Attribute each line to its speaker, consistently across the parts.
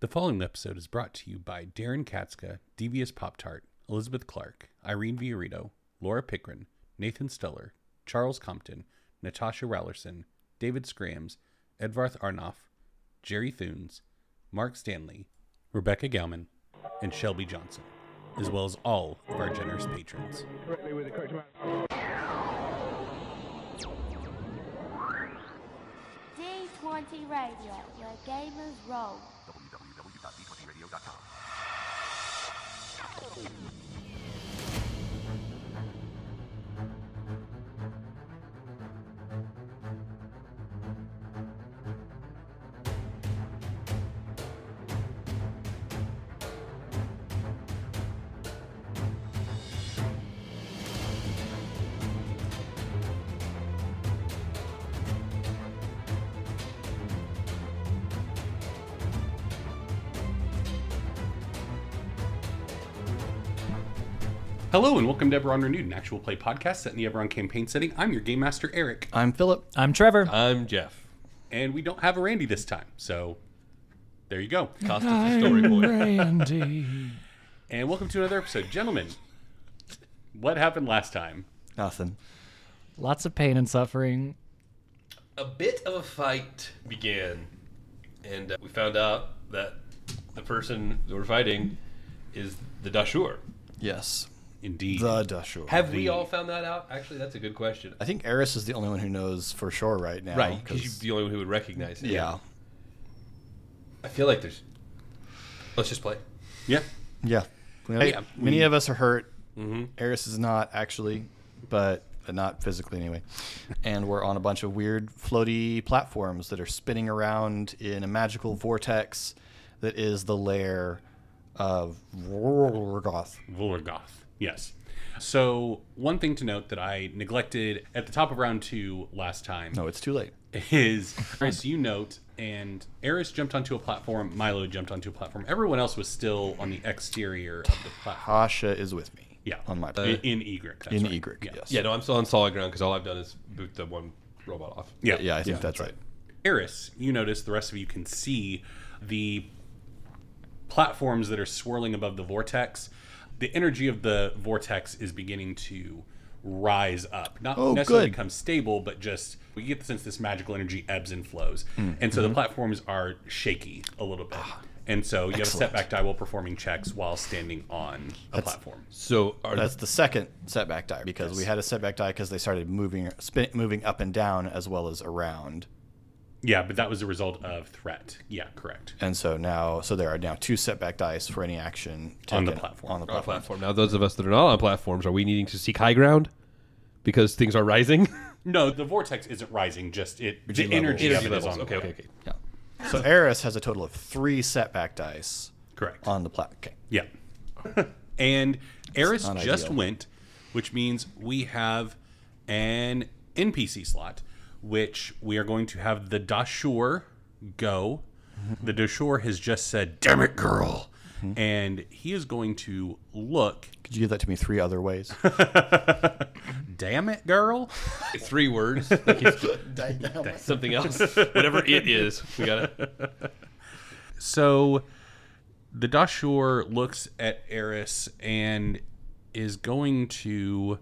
Speaker 1: The following episode is brought to you by Darren Katzka, Devious Pop Tart, Elizabeth Clark, Irene Viorito, Laura Pickren, Nathan Steller, Charles Compton, Natasha Rowlerson, David Scrams, Edvarth Arnoff, Jerry Thunes, Mark Stanley, Rebecca Gauman, and Shelby Johnson, as well as all of our generous patrons.
Speaker 2: correctly with the correct amount.
Speaker 3: D20 Radio, where gamers roll.
Speaker 1: Hello, and welcome to Everon Renewed, an actual play podcast set in the Everon campaign setting. I'm your game master, Eric.
Speaker 4: I'm Philip.
Speaker 5: I'm Trevor.
Speaker 6: I'm Jeff.
Speaker 1: and we don't have a Randy this time. So there you go.
Speaker 6: Cost us a story point.
Speaker 5: Randy.
Speaker 1: And welcome to another episode, gentlemen. What happened last time?
Speaker 4: Nothing.
Speaker 5: Lots of pain and suffering.
Speaker 6: A bit of a fight began, and uh, we found out that the person that we're fighting is the Dashur.
Speaker 4: Yes.
Speaker 1: Indeed.
Speaker 4: The Dashur.
Speaker 6: Have we all found that out? Actually, that's a good question. Oh,
Speaker 4: I think Eris is the only one who knows for sure right now.
Speaker 6: Right,
Speaker 4: 'cause-
Speaker 6: because you're the only one who would recognize it.
Speaker 4: yeah.
Speaker 6: I feel like there's. Let's just play.
Speaker 1: yeah.
Speaker 4: Yeah.
Speaker 1: Yeah.
Speaker 4: Many of us are hurt. Eris is not actually, but not physically anyway. And we're on a bunch of weird floaty platforms that are spinning around in a magical vortex that is the lair of Rorgoth.
Speaker 1: Vulgargoth. Yes. So one thing to note that I neglected at the top of round two last time
Speaker 4: No, it's too late.
Speaker 1: is Eris, you note, and Eris jumped onto a platform, Milo jumped onto a platform. Everyone else was still on the exterior of the platform.
Speaker 4: Hasha is with me.
Speaker 1: Yeah. Uh,
Speaker 4: On my
Speaker 1: in, in Egret. that's
Speaker 4: in
Speaker 1: right.
Speaker 4: Egret.
Speaker 1: Yeah.
Speaker 4: Yes.
Speaker 6: Yeah, no, I'm still on solid ground because all I've done is boot the one robot off.
Speaker 1: Yeah.
Speaker 4: Yeah, I think that's, right.
Speaker 1: Eris, you notice, the rest of you can see the platforms that are swirling above the vortex. The energy of the vortex is beginning to rise up. Not
Speaker 4: Oh,
Speaker 1: necessarily
Speaker 4: good.
Speaker 1: become stable, but just we get the sense this magical energy ebbs and flows. And so the platforms are shaky a little bit. And so you have a
Speaker 4: Excellent.
Speaker 1: setback die while performing checks while standing on a platform.
Speaker 6: So are
Speaker 4: That's the second setback die because we had a setback die because they started moving, spin, moving up and down as well as around,
Speaker 1: Yeah, but that was a result of threat. Yeah, correct.
Speaker 4: and so now, so there are now two setback dice for any action
Speaker 1: On the
Speaker 4: taken
Speaker 1: platform.
Speaker 4: On the
Speaker 6: on a
Speaker 4: platform.
Speaker 6: platform. Now, those of us that are not on platforms, are we needing to seek high ground because things are rising?
Speaker 1: No, the vortex isn't rising, just it the
Speaker 4: levels.
Speaker 1: energy,
Speaker 6: Energy
Speaker 1: of it is
Speaker 6: levels.
Speaker 1: on the
Speaker 6: Okay,
Speaker 1: way
Speaker 6: okay,
Speaker 1: up.
Speaker 6: okay.
Speaker 4: So Eris has a total of three setback dice
Speaker 1: Correct.
Speaker 4: on the platform. Okay.
Speaker 1: Yeah. and Eris
Speaker 4: not
Speaker 1: just
Speaker 4: ideal.
Speaker 1: went, which means we have an NPC slot, which we are going to have the Dashur go.
Speaker 4: Mm-hmm.
Speaker 1: The Dashur has just said, damn it, girl. And he is going to look,
Speaker 4: Could you give that to me three other ways?
Speaker 1: damn it, girl.
Speaker 6: three words. Like it's something else. Whatever it is, we gotta.
Speaker 1: So the Dashur looks at Eris and is going to.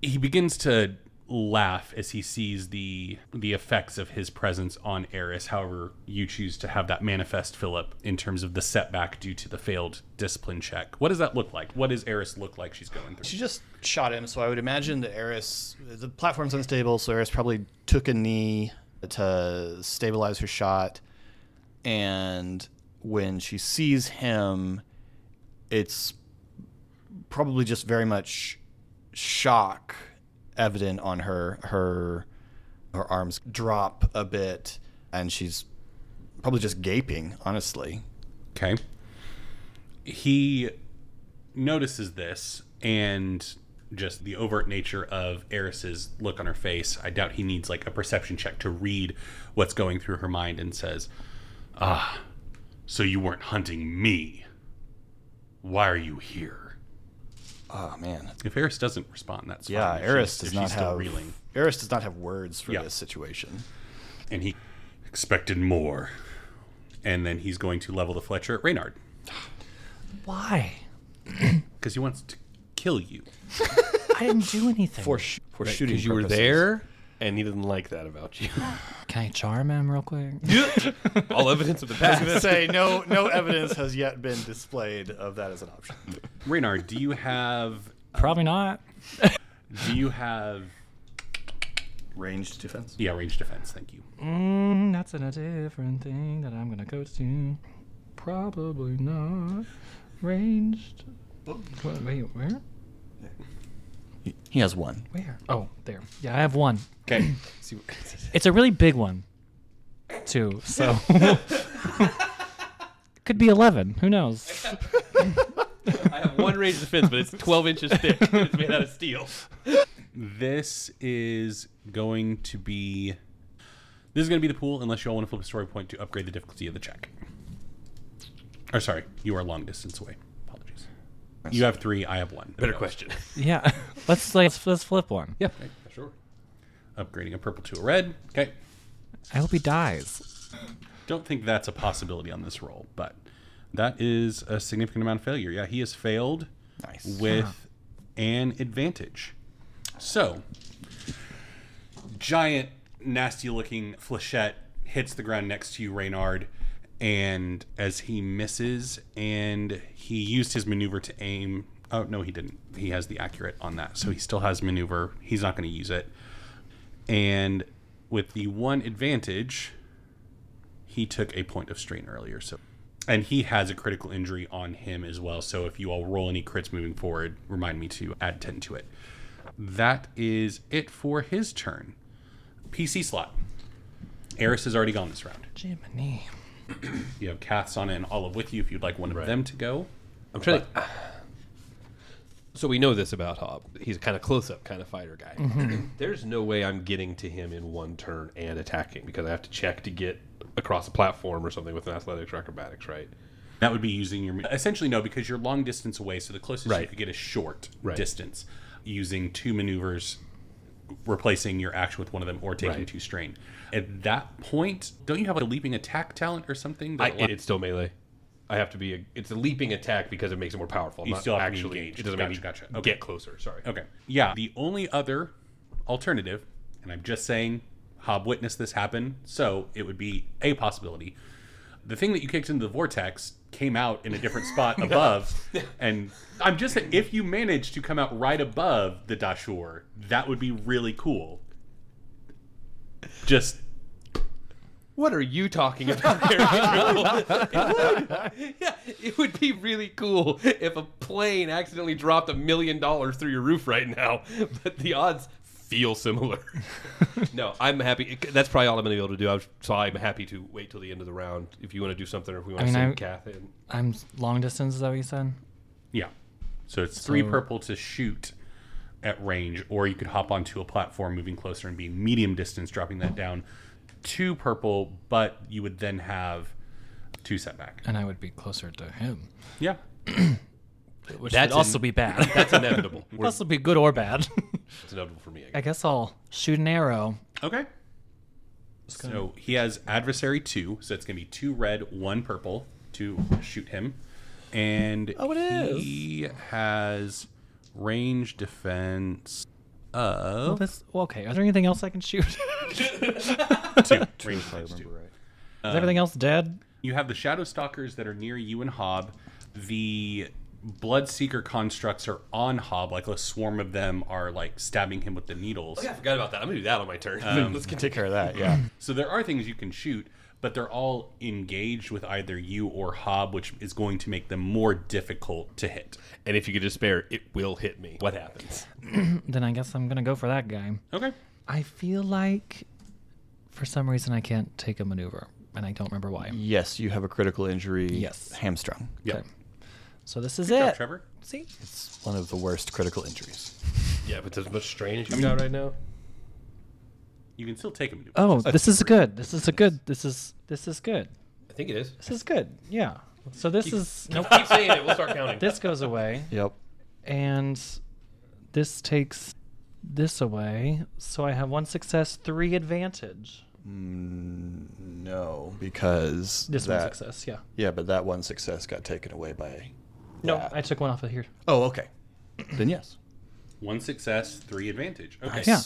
Speaker 1: He begins to laugh as he sees the the effects of his presence on Eris. However, you choose to have that manifest, Philip, in terms of the setback due to the failed discipline check. What does that look like? What does Eris look like? She's going through.
Speaker 4: She just shot him, so I would imagine that Eris, the platform's unstable, so Eris probably took a knee to stabilize her shot. And when she sees him, it's probably just very much shock evident on her. Her her arms drop a bit, and she's probably just gaping, honestly.
Speaker 1: Okay. He notices this and just the overt nature of Eris's look on her face. I doubt he needs like a perception check to read what's going through her mind and says, "Ah, so you weren't hunting me. Why are you here?"
Speaker 4: Oh man.
Speaker 1: If Eris doesn't respond, that's
Speaker 4: Yeah,
Speaker 1: fine. If
Speaker 4: Eris
Speaker 1: she's-
Speaker 4: does
Speaker 1: if
Speaker 4: not
Speaker 1: she's still
Speaker 4: have
Speaker 1: reeling.
Speaker 4: Eris does not have words for
Speaker 1: Yeah.
Speaker 4: this situation.
Speaker 1: and he expected more. and then he's going to level the Fletcher at Reynard
Speaker 5: Why?
Speaker 1: because he wants to kill you.
Speaker 5: I didn't do anything.
Speaker 4: For, sh- for
Speaker 6: Right,
Speaker 4: shooting.
Speaker 6: you were
Speaker 4: purposes.
Speaker 6: there, and he didn't like that about you.
Speaker 5: Can I charm him real quick?
Speaker 6: All evidence of the
Speaker 4: I was gonna
Speaker 6: past.
Speaker 4: say no. No evidence has yet been displayed of that as an option.
Speaker 1: Reynard, do you have
Speaker 5: Probably not.
Speaker 1: do you have
Speaker 4: Ranged defense.
Speaker 1: yeah range defense? Thank you.
Speaker 5: Mm, that's in a different thing that I'm gonna go to. Probably not. Ranged. Wha- Wait, where?
Speaker 4: He has one.
Speaker 5: Where? Oh, there. Yeah, I have one.
Speaker 1: Okay,
Speaker 5: It's a really big one, too. So could be eleven. Who knows?
Speaker 6: I have one range defense, but it's 12 inches thick. and It's made out of steel.
Speaker 1: this is going to be this is going to be the pool unless you all want to flip a story point to upgrade the difficulty of the check. Or sorry, you are long distance away. Apologies. You have three. I have one.
Speaker 6: Better question.
Speaker 5: Yeah. Let's like let's, let's flip one. Yeah.
Speaker 1: Okay, sure. Upgrading a purple to a red. Okay.
Speaker 5: I hope he dies.
Speaker 1: Don't think that's a possibility on this roll, but that is a significant amount of failure. Yeah, he has failed
Speaker 4: Nice.
Speaker 1: with an advantage. So, giant, nasty looking flechette hits the ground next to you, Reynard. And as he misses, and he used his maneuver to aim. Oh, no, he didn't. He has the accurate on that. So he still has maneuver. He's not going to use it. And with the one advantage, he took a point of strain earlier. So, and he has a critical injury on him as well. So if you all roll any crits moving forward, remind me to add ten to it. That is it for his turn. PC slot. Eris has already gone this round.
Speaker 5: Jiminy.
Speaker 1: You have Cathsana and Olive with you if you'd like one of them to go.
Speaker 6: I'm trying to. So we know this about Hob. He's a kind of close up kind of fighter guy. There's no way I'm getting to him in one turn and attacking because I have to check to get across a platform or something with an athletics or acrobatics, right?
Speaker 1: That would be using your essentially no, because you're long distance away, so the closest you
Speaker 6: Right.
Speaker 1: could get is short
Speaker 6: Right.
Speaker 1: distance, using two maneuvers, replacing your action with one of them or taking
Speaker 6: Right.
Speaker 1: two strain. At that point, don't you have like a leaping attack talent or something?
Speaker 6: I,
Speaker 1: that allows-
Speaker 6: it- it's still melee. I have to be. A, it's a leaping attack because it makes it more powerful.
Speaker 1: You
Speaker 6: not
Speaker 1: still have to be
Speaker 6: actually.
Speaker 1: engaged.
Speaker 6: It doesn't make me
Speaker 1: Gotcha, gotcha. Okay.
Speaker 6: get closer. Sorry.
Speaker 1: Okay. Yeah. The only other alternative, and I'm just saying, Hob witnessed this happen, so it would be a possibility. The thing that you kicked into the vortex came out in a different spot above, and I'm just saying, if you managed to come out right above the Dashur, that would be really cool. Just
Speaker 6: What are you talking about, Harry? it would. Yeah, it would be really cool if a plane accidentally dropped a million dollars through your roof right now, but the odds feel similar. no, I'm happy. That's probably all I'm going to be able to do. I'm, so I'm happy to wait till the end of the round if you want to do something or if we want
Speaker 5: I mean,
Speaker 6: to
Speaker 5: I-
Speaker 6: send Kath in.
Speaker 5: I'm s- long distance. Is that what you said?
Speaker 1: yeah. So it's three
Speaker 5: So-
Speaker 1: purple to shoot at range, or you could hop onto a platform moving closer and be medium distance, dropping that down two purple, but you would then have two setback.
Speaker 5: And I would be closer to him,
Speaker 1: Yeah.
Speaker 5: which
Speaker 6: That's
Speaker 5: would also
Speaker 6: in-
Speaker 5: be bad.
Speaker 6: That's inevitable.
Speaker 5: Would also be good or bad.
Speaker 6: It's inevitable for me. I guess.
Speaker 5: I guess I'll shoot an arrow.
Speaker 1: Okay. So he has adversary two, so it's gonna be two red, one purple to shoot him, and
Speaker 5: Oh, it is.
Speaker 1: he has range defense of
Speaker 5: This, well, okay. Is there anything else I can shoot? is
Speaker 1: two. range defense two.
Speaker 5: everything else dead?
Speaker 1: You have the Shadow Stalkers that are near you and Hob. The Bloodseeker constructs are on Hob, like a swarm of them are like stabbing him with the needles.
Speaker 6: Yeah, I forgot about that. I'm going to do that on my turn.
Speaker 1: Um,
Speaker 6: Let's continue.
Speaker 4: Take care of that. Yeah.
Speaker 1: So there are things you can shoot, but they're all engaged with either you or Hob, which is going to make them more difficult to hit.
Speaker 6: And if you could just spare, it will hit me. What happens?
Speaker 5: Then I guess I'm gonna go for that guy.
Speaker 1: Okay.
Speaker 5: I feel like, for some reason, I can't take a maneuver, and I don't remember why.
Speaker 4: Yes, you have a critical injury.
Speaker 5: Yes.
Speaker 4: Hamstrung.
Speaker 1: Yep.
Speaker 5: Okay. So this is
Speaker 1: Good
Speaker 5: it.
Speaker 1: job, Trevor.
Speaker 5: See,
Speaker 4: It's one of the worst critical injuries.
Speaker 6: Yeah, but there's much strain as you got right now.
Speaker 1: You can still take him.
Speaker 5: Oh, this is good. This is a good. This is this is good.
Speaker 6: I think it is.
Speaker 5: This is good. Yeah. So this is nope.
Speaker 6: Keep saying it. We'll start counting.
Speaker 5: this goes away,
Speaker 4: Yep.
Speaker 5: and this takes this away. So I have one success, three advantage.
Speaker 4: No, because
Speaker 5: This
Speaker 4: that,
Speaker 5: one's success, yeah.
Speaker 4: Yeah, but that one success got taken away by.
Speaker 5: No,
Speaker 4: that.
Speaker 5: I took one off of here.
Speaker 4: Oh, okay. then yes.
Speaker 7: One success, three advantage. Okay.
Speaker 4: Yeah.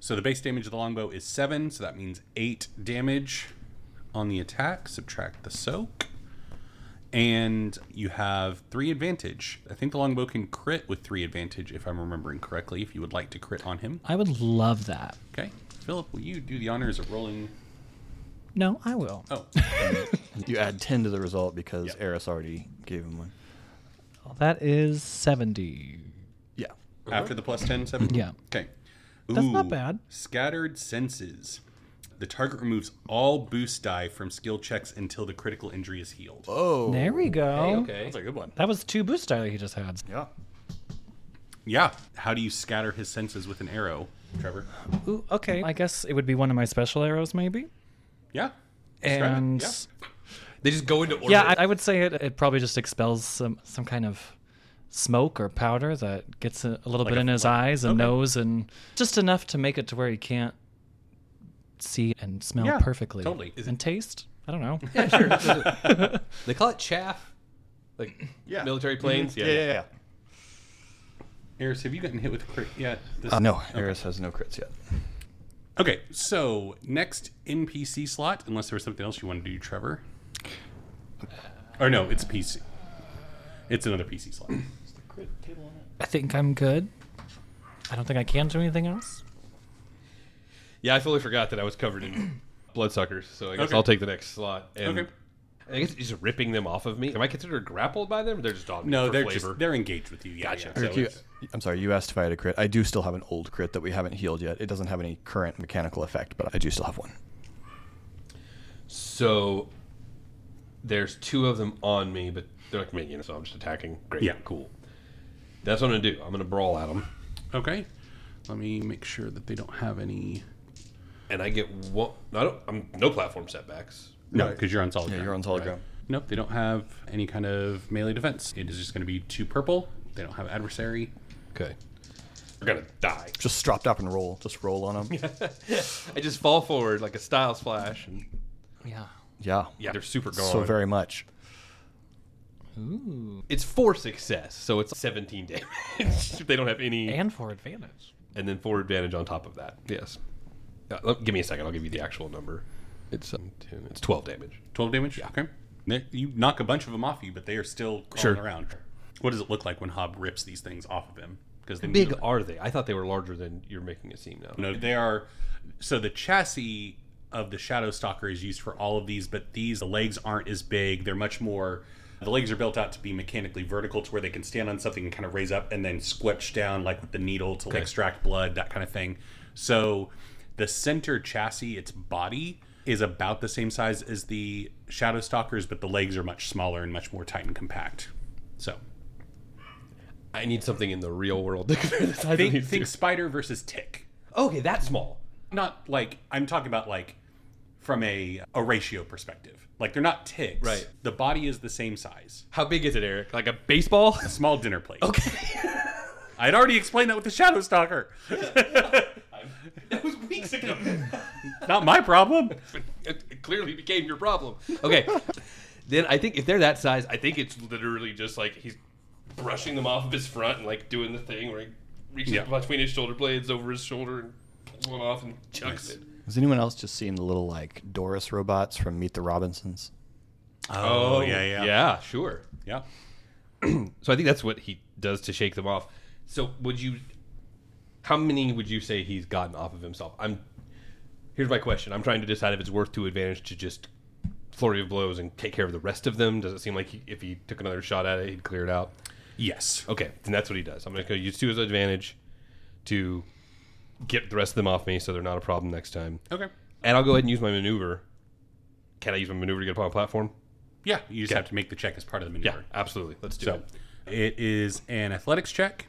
Speaker 7: So the base damage of the longbow is seven, so that means eight damage on the attack. Subtract the soak. And you have three advantage. I think the longbow can crit with three advantage, if I'm remembering correctly, if you would like to crit on him.
Speaker 5: I would love that.
Speaker 7: Okay. Philip, will you do the honors of rolling?
Speaker 5: No, I will.
Speaker 7: Oh,
Speaker 4: You add 10 to the result because
Speaker 7: Yeah.
Speaker 4: Eris already gave him one.
Speaker 5: That is 70.
Speaker 4: Yeah.
Speaker 7: after the plus 10, 7?
Speaker 5: Yeah.
Speaker 7: Okay.
Speaker 5: That's not
Speaker 7: Ooh,
Speaker 5: bad.
Speaker 7: Scattered senses. The target removes all boost die from skill checks until the critical injury is healed.
Speaker 4: Oh.
Speaker 5: There we go.
Speaker 6: Okay.
Speaker 4: That's a good one.
Speaker 5: That was two boost die that he just had.
Speaker 4: Yeah.
Speaker 7: Yeah. How do you scatter his senses with an arrow, Trevor?
Speaker 5: Ooh, okay. I guess it would be one of my special arrows, maybe.
Speaker 7: Yeah. Describe it.
Speaker 5: And
Speaker 7: yeah.
Speaker 6: They just go into orbit.
Speaker 5: yeah, I, I would say it, it probably just expels some, some kind of smoke or powder that gets a, a little bit in his eyes and
Speaker 7: okay.
Speaker 5: nose and just enough to make it to where he can't see and smell
Speaker 7: Yeah,
Speaker 5: perfectly.
Speaker 7: totally. Is
Speaker 5: And taste? I don't know.
Speaker 6: they call it chaff. Like
Speaker 7: Yeah.
Speaker 6: military planes.
Speaker 4: Yeah, yeah, yeah.
Speaker 7: Eris, have you gotten hit with a crit yet? This-
Speaker 4: Uh, no, Eris has no crits yet.
Speaker 7: Okay. So next NPC slot, unless there was something else you wanted to do, Trevor. Or no, it's PC. It's another PC slot.
Speaker 5: I think I'm good. I don't think I can do anything else.
Speaker 6: Yeah, I fully forgot that I was covered in bloodsuckers, so I guess
Speaker 7: Okay.
Speaker 6: I'll take the next slot. And
Speaker 7: Okay.
Speaker 6: I guess it's just ripping them off of me. Am I considered grappled by them? They're just on me
Speaker 7: No,
Speaker 6: for
Speaker 7: they're
Speaker 6: flavor.
Speaker 7: just they're engaged with you. Yeah,
Speaker 6: Gotcha.
Speaker 7: yeah. So
Speaker 4: Eric, you-
Speaker 7: it's-
Speaker 4: I'm sorry, you asked if I had a crit. I do still have an old crit that we haven't healed yet. It doesn't have any current mechanical effect, but I do still have one.
Speaker 6: So there's two of them on me, but they're like minions, so I'm just attacking. Great.
Speaker 7: Yeah.
Speaker 6: Cool. That's what I'm gonna do. I'm gonna brawl at them,
Speaker 7: Okay. Let me make sure that they don't have any.
Speaker 6: and I get one. I don't. I'm no platform setbacks.
Speaker 7: No, because you're on solid ground.
Speaker 4: solid
Speaker 7: Nope, they don't have any kind of melee defense. It is just going to be two purple. They don't have adversary.
Speaker 6: Okay. We're gonna die.
Speaker 4: Just strop up and roll. Just roll on them.
Speaker 6: I just fall forward like a style splash, and
Speaker 5: Yeah.
Speaker 4: yeah.
Speaker 6: yeah, they're super gone.
Speaker 4: So very much.
Speaker 5: Ooh.
Speaker 6: It's four success, so it's 17 damage. if they don't have any, and,
Speaker 5: And for advantage.
Speaker 6: then four advantage on top of that. Yes. Uh, let- give me a second. I'll give you the actual number. It's um, ten- it's 12 damage.
Speaker 7: 12 damage? Yeah. Okay. They- You knock a bunch of them off you, but they are still crawling
Speaker 6: Sure.
Speaker 7: around. What does it look like when Hob rips these things off of him? Because they
Speaker 6: Big are they? I thought they were larger than you're making it seem now.
Speaker 7: No, they are. So the chassis of the Shadow Stalker is used for all of these, but these the legs aren't as big. They're much more. The legs are built out to be mechanically vertical, to where they can stand on something and kind of raise up, and then squelch down like with the needle to extract blood, that kind of thing. So the center chassis, its body, is about the same size as the Shadow Stalkers, but the legs are much smaller and much more tight and compact. So
Speaker 6: I need something in the real world to compare the size of
Speaker 7: think,
Speaker 6: these
Speaker 7: think
Speaker 6: two.
Speaker 7: spider versus tick.
Speaker 6: Okay, that's small.
Speaker 7: not like I'm talking about like from a a ratio perspective. Like they're not ticks.
Speaker 6: Right.
Speaker 7: The body is the same size.
Speaker 6: How big is it, Eric? Like a baseball?
Speaker 7: Small dinner plate. Okay. I'd already explained that with the Shadow Stalker.
Speaker 6: that was weeks ago.
Speaker 7: Not my problem.
Speaker 6: it it clearly became your problem. Okay. then I think if they're that size, I think it's literally just like he's brushing them off of his front and like doing the thing where he reaches
Speaker 7: Yeah.
Speaker 6: between his shoulder blades over his shoulder and pulls one off and chucks it.
Speaker 4: Has anyone else just seen the little like Doris robots from Meet the Robinsons?
Speaker 7: Oh, yeah, yeah.
Speaker 6: Yeah, sure.
Speaker 7: Yeah.
Speaker 6: So I think that's what he does to shake them off. So would you how many would you say he's gotten off of himself? I'm here's my question. I'm trying to decide if it's worth two advantage to just flurry of blows and take care of the rest of them. Does it seem like he, if he took another shot at it, he'd clear it out?
Speaker 7: Yes.
Speaker 6: Okay, then that's what he does. I'm going to use two as an advantage to get the rest of them off me so they're not a problem next time.
Speaker 7: Okay.
Speaker 6: And I'll go ahead and use my maneuver. Can I use my maneuver to get upon a platform?
Speaker 7: Yeah. You just have to make the check as part of the
Speaker 6: Yeah,
Speaker 7: maneuver.
Speaker 6: absolutely. Let's do
Speaker 7: So
Speaker 6: it.
Speaker 7: it is an athletics check.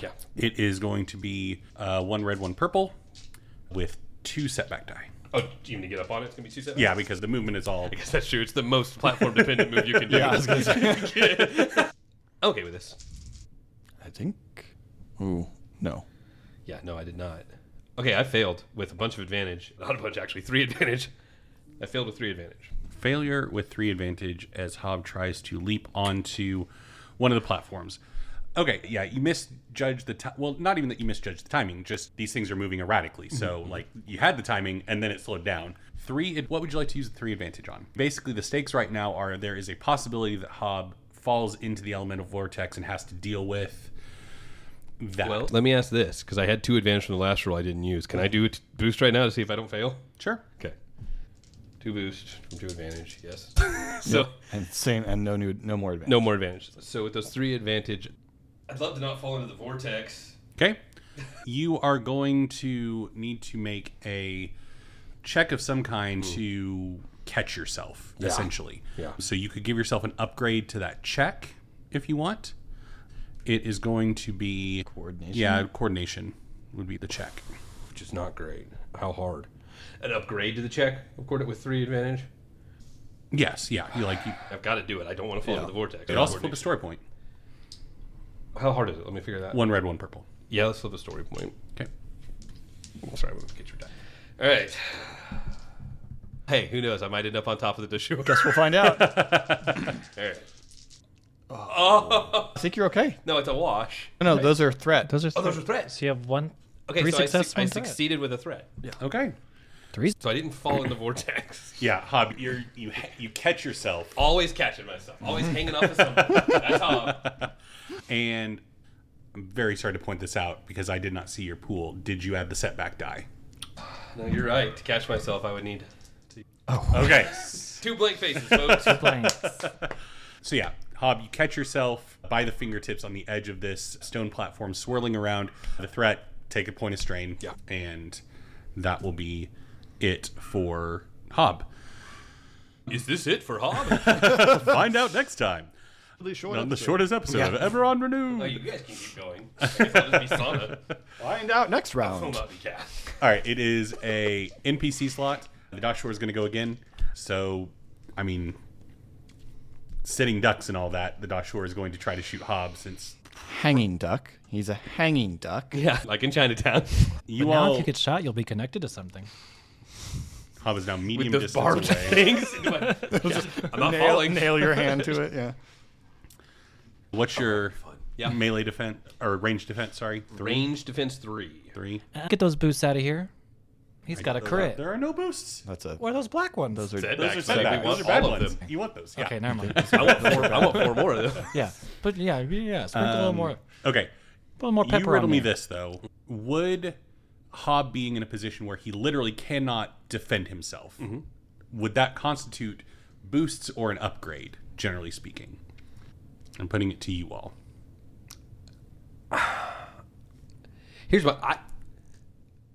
Speaker 6: Yeah.
Speaker 7: It is going to be uh, one red, one purple, with two setback die.
Speaker 6: Oh, do you need to get up on it? It's going to be two seconds?
Speaker 7: Yeah, because the movement is all.
Speaker 6: I guess that's true. It's the most platform dependent move you can do. okay with this.
Speaker 4: I think. Ooh, no.
Speaker 6: Yeah, no, I did not. Okay, I failed with a bunch of advantage. Not a bunch, actually. Three advantage. I failed with three advantage.
Speaker 7: failure with three advantage as Hob tries to leap onto one of the platforms. Okay, yeah, you misjudge the time. Well, not even that you misjudge the timing. Just these things are moving erratically. So, like, you had the timing and then it slowed down. Three. What would you like to use the three advantage on? Basically, the stakes right now are there is a possibility that Hob falls into the elemental vortex and has to deal with that.
Speaker 6: Well, let me ask this because I had two advantage from the last roll I didn't use. Can I do a t- boost right now to see if I don't fail?
Speaker 7: sure.
Speaker 6: Okay. Two boost from two advantage. Yes. so
Speaker 4: And same, and no new, no more advantage.
Speaker 6: no more advantage. So with those three advantage, I'd love to not fall into the vortex.
Speaker 7: Okay. you are going to need to make a check of some kind to catch yourself, essentially.
Speaker 6: Yeah.
Speaker 7: So you could give yourself an upgrade to that check if you want. It is going to be
Speaker 4: Coordination?
Speaker 7: Yeah, coordination would be the check.
Speaker 6: which is not great. How hard? An upgrade to the check. Record it with three advantage.
Speaker 7: Yes, yeah. You like you
Speaker 6: I've got to do it. I don't want to fall into the vortex.
Speaker 7: it also flip a story point.
Speaker 6: How hard is it? Let me figure that.
Speaker 7: One red, one purple.
Speaker 6: Yeah, let's flip a story point.
Speaker 7: Okay.
Speaker 6: Sorry, I'm gonna get your die. All right. Hey, who knows? I might end up on top of the shoe. All
Speaker 4: Guess we'll find out. I
Speaker 6: right.
Speaker 4: think you're okay.
Speaker 6: No, it's a wash.
Speaker 4: No, no, those are threat.
Speaker 5: Those are
Speaker 6: Oh, those
Speaker 5: three-
Speaker 6: are threats.
Speaker 5: So you have one.
Speaker 6: Okay,
Speaker 5: three
Speaker 6: so I,
Speaker 5: success,
Speaker 6: su- I
Speaker 5: one threat.
Speaker 6: succeeded with a threat.
Speaker 7: Okay.
Speaker 6: So I didn't fall in the vortex.
Speaker 7: Yeah, Hob, you're you ha- you catch yourself
Speaker 6: Always catching myself. Always hanging off of something. That's how.
Speaker 7: and I'm very sorry to point this out because I did not see your pool. Did you add the setback die?
Speaker 6: No, you're right. To catch myself, I would need
Speaker 7: Okay.
Speaker 6: two blank faces, folks.
Speaker 5: Playing.
Speaker 7: So yeah, Hob, you catch yourself by the fingertips on the edge of this stone platform, swirling around the threat. Take a point of strain,
Speaker 6: Yeah.
Speaker 7: and that will be it for Hob.
Speaker 6: Is this it for Hob?
Speaker 7: Find out next time on the shortest episode of ever on Renew.
Speaker 6: oh, you guys can keep going. I guess I'll just be sauna.
Speaker 4: Find out next
Speaker 6: Will
Speaker 4: round.
Speaker 6: not be cast.
Speaker 7: All right, it is a NPC slot. The Dock Shore is going to go again. So, I mean, sitting ducks and all that. The Dock Shore is going to try to shoot Hob since
Speaker 4: Hanging duck. He's a hanging duck.
Speaker 6: Yeah, like in Chinatown.
Speaker 7: you
Speaker 5: Now,
Speaker 7: all
Speaker 5: if you get shot, you'll be connected to something.
Speaker 7: Hob is now medium
Speaker 6: With those
Speaker 7: distance
Speaker 6: barbed
Speaker 7: away.
Speaker 6: things. Into my- Yeah, I'm not
Speaker 4: Nail,
Speaker 6: falling.
Speaker 4: nail your hand to it. Yeah.
Speaker 7: What's your
Speaker 6: Yeah.
Speaker 7: melee defense or range defense? Sorry, three,
Speaker 6: Range defense three.
Speaker 7: three.
Speaker 5: Get those boosts out of here. He's got a
Speaker 7: There are-
Speaker 5: crit.
Speaker 7: There are no boosts.
Speaker 4: That's a.
Speaker 5: What are those black ones?
Speaker 4: Those are.
Speaker 7: Those
Speaker 6: Setbacks.
Speaker 7: are
Speaker 6: Like, we want
Speaker 7: setbacks. Those are bad
Speaker 6: all of
Speaker 7: ones.
Speaker 6: them.
Speaker 7: You want those? Yeah.
Speaker 5: okay, never mind.
Speaker 6: I want four. I want four more of them.
Speaker 5: yeah, but yeah, yeah. Sprinkle a little more, a
Speaker 7: Okay.
Speaker 5: little more pepper
Speaker 7: Um, You riddle
Speaker 5: on
Speaker 7: me
Speaker 5: there.
Speaker 7: this though. Would Hob being in a position where he literally cannot defend himself, would that constitute boosts or an upgrade? Generally speaking, I'm putting it to you all.
Speaker 6: Here's what I.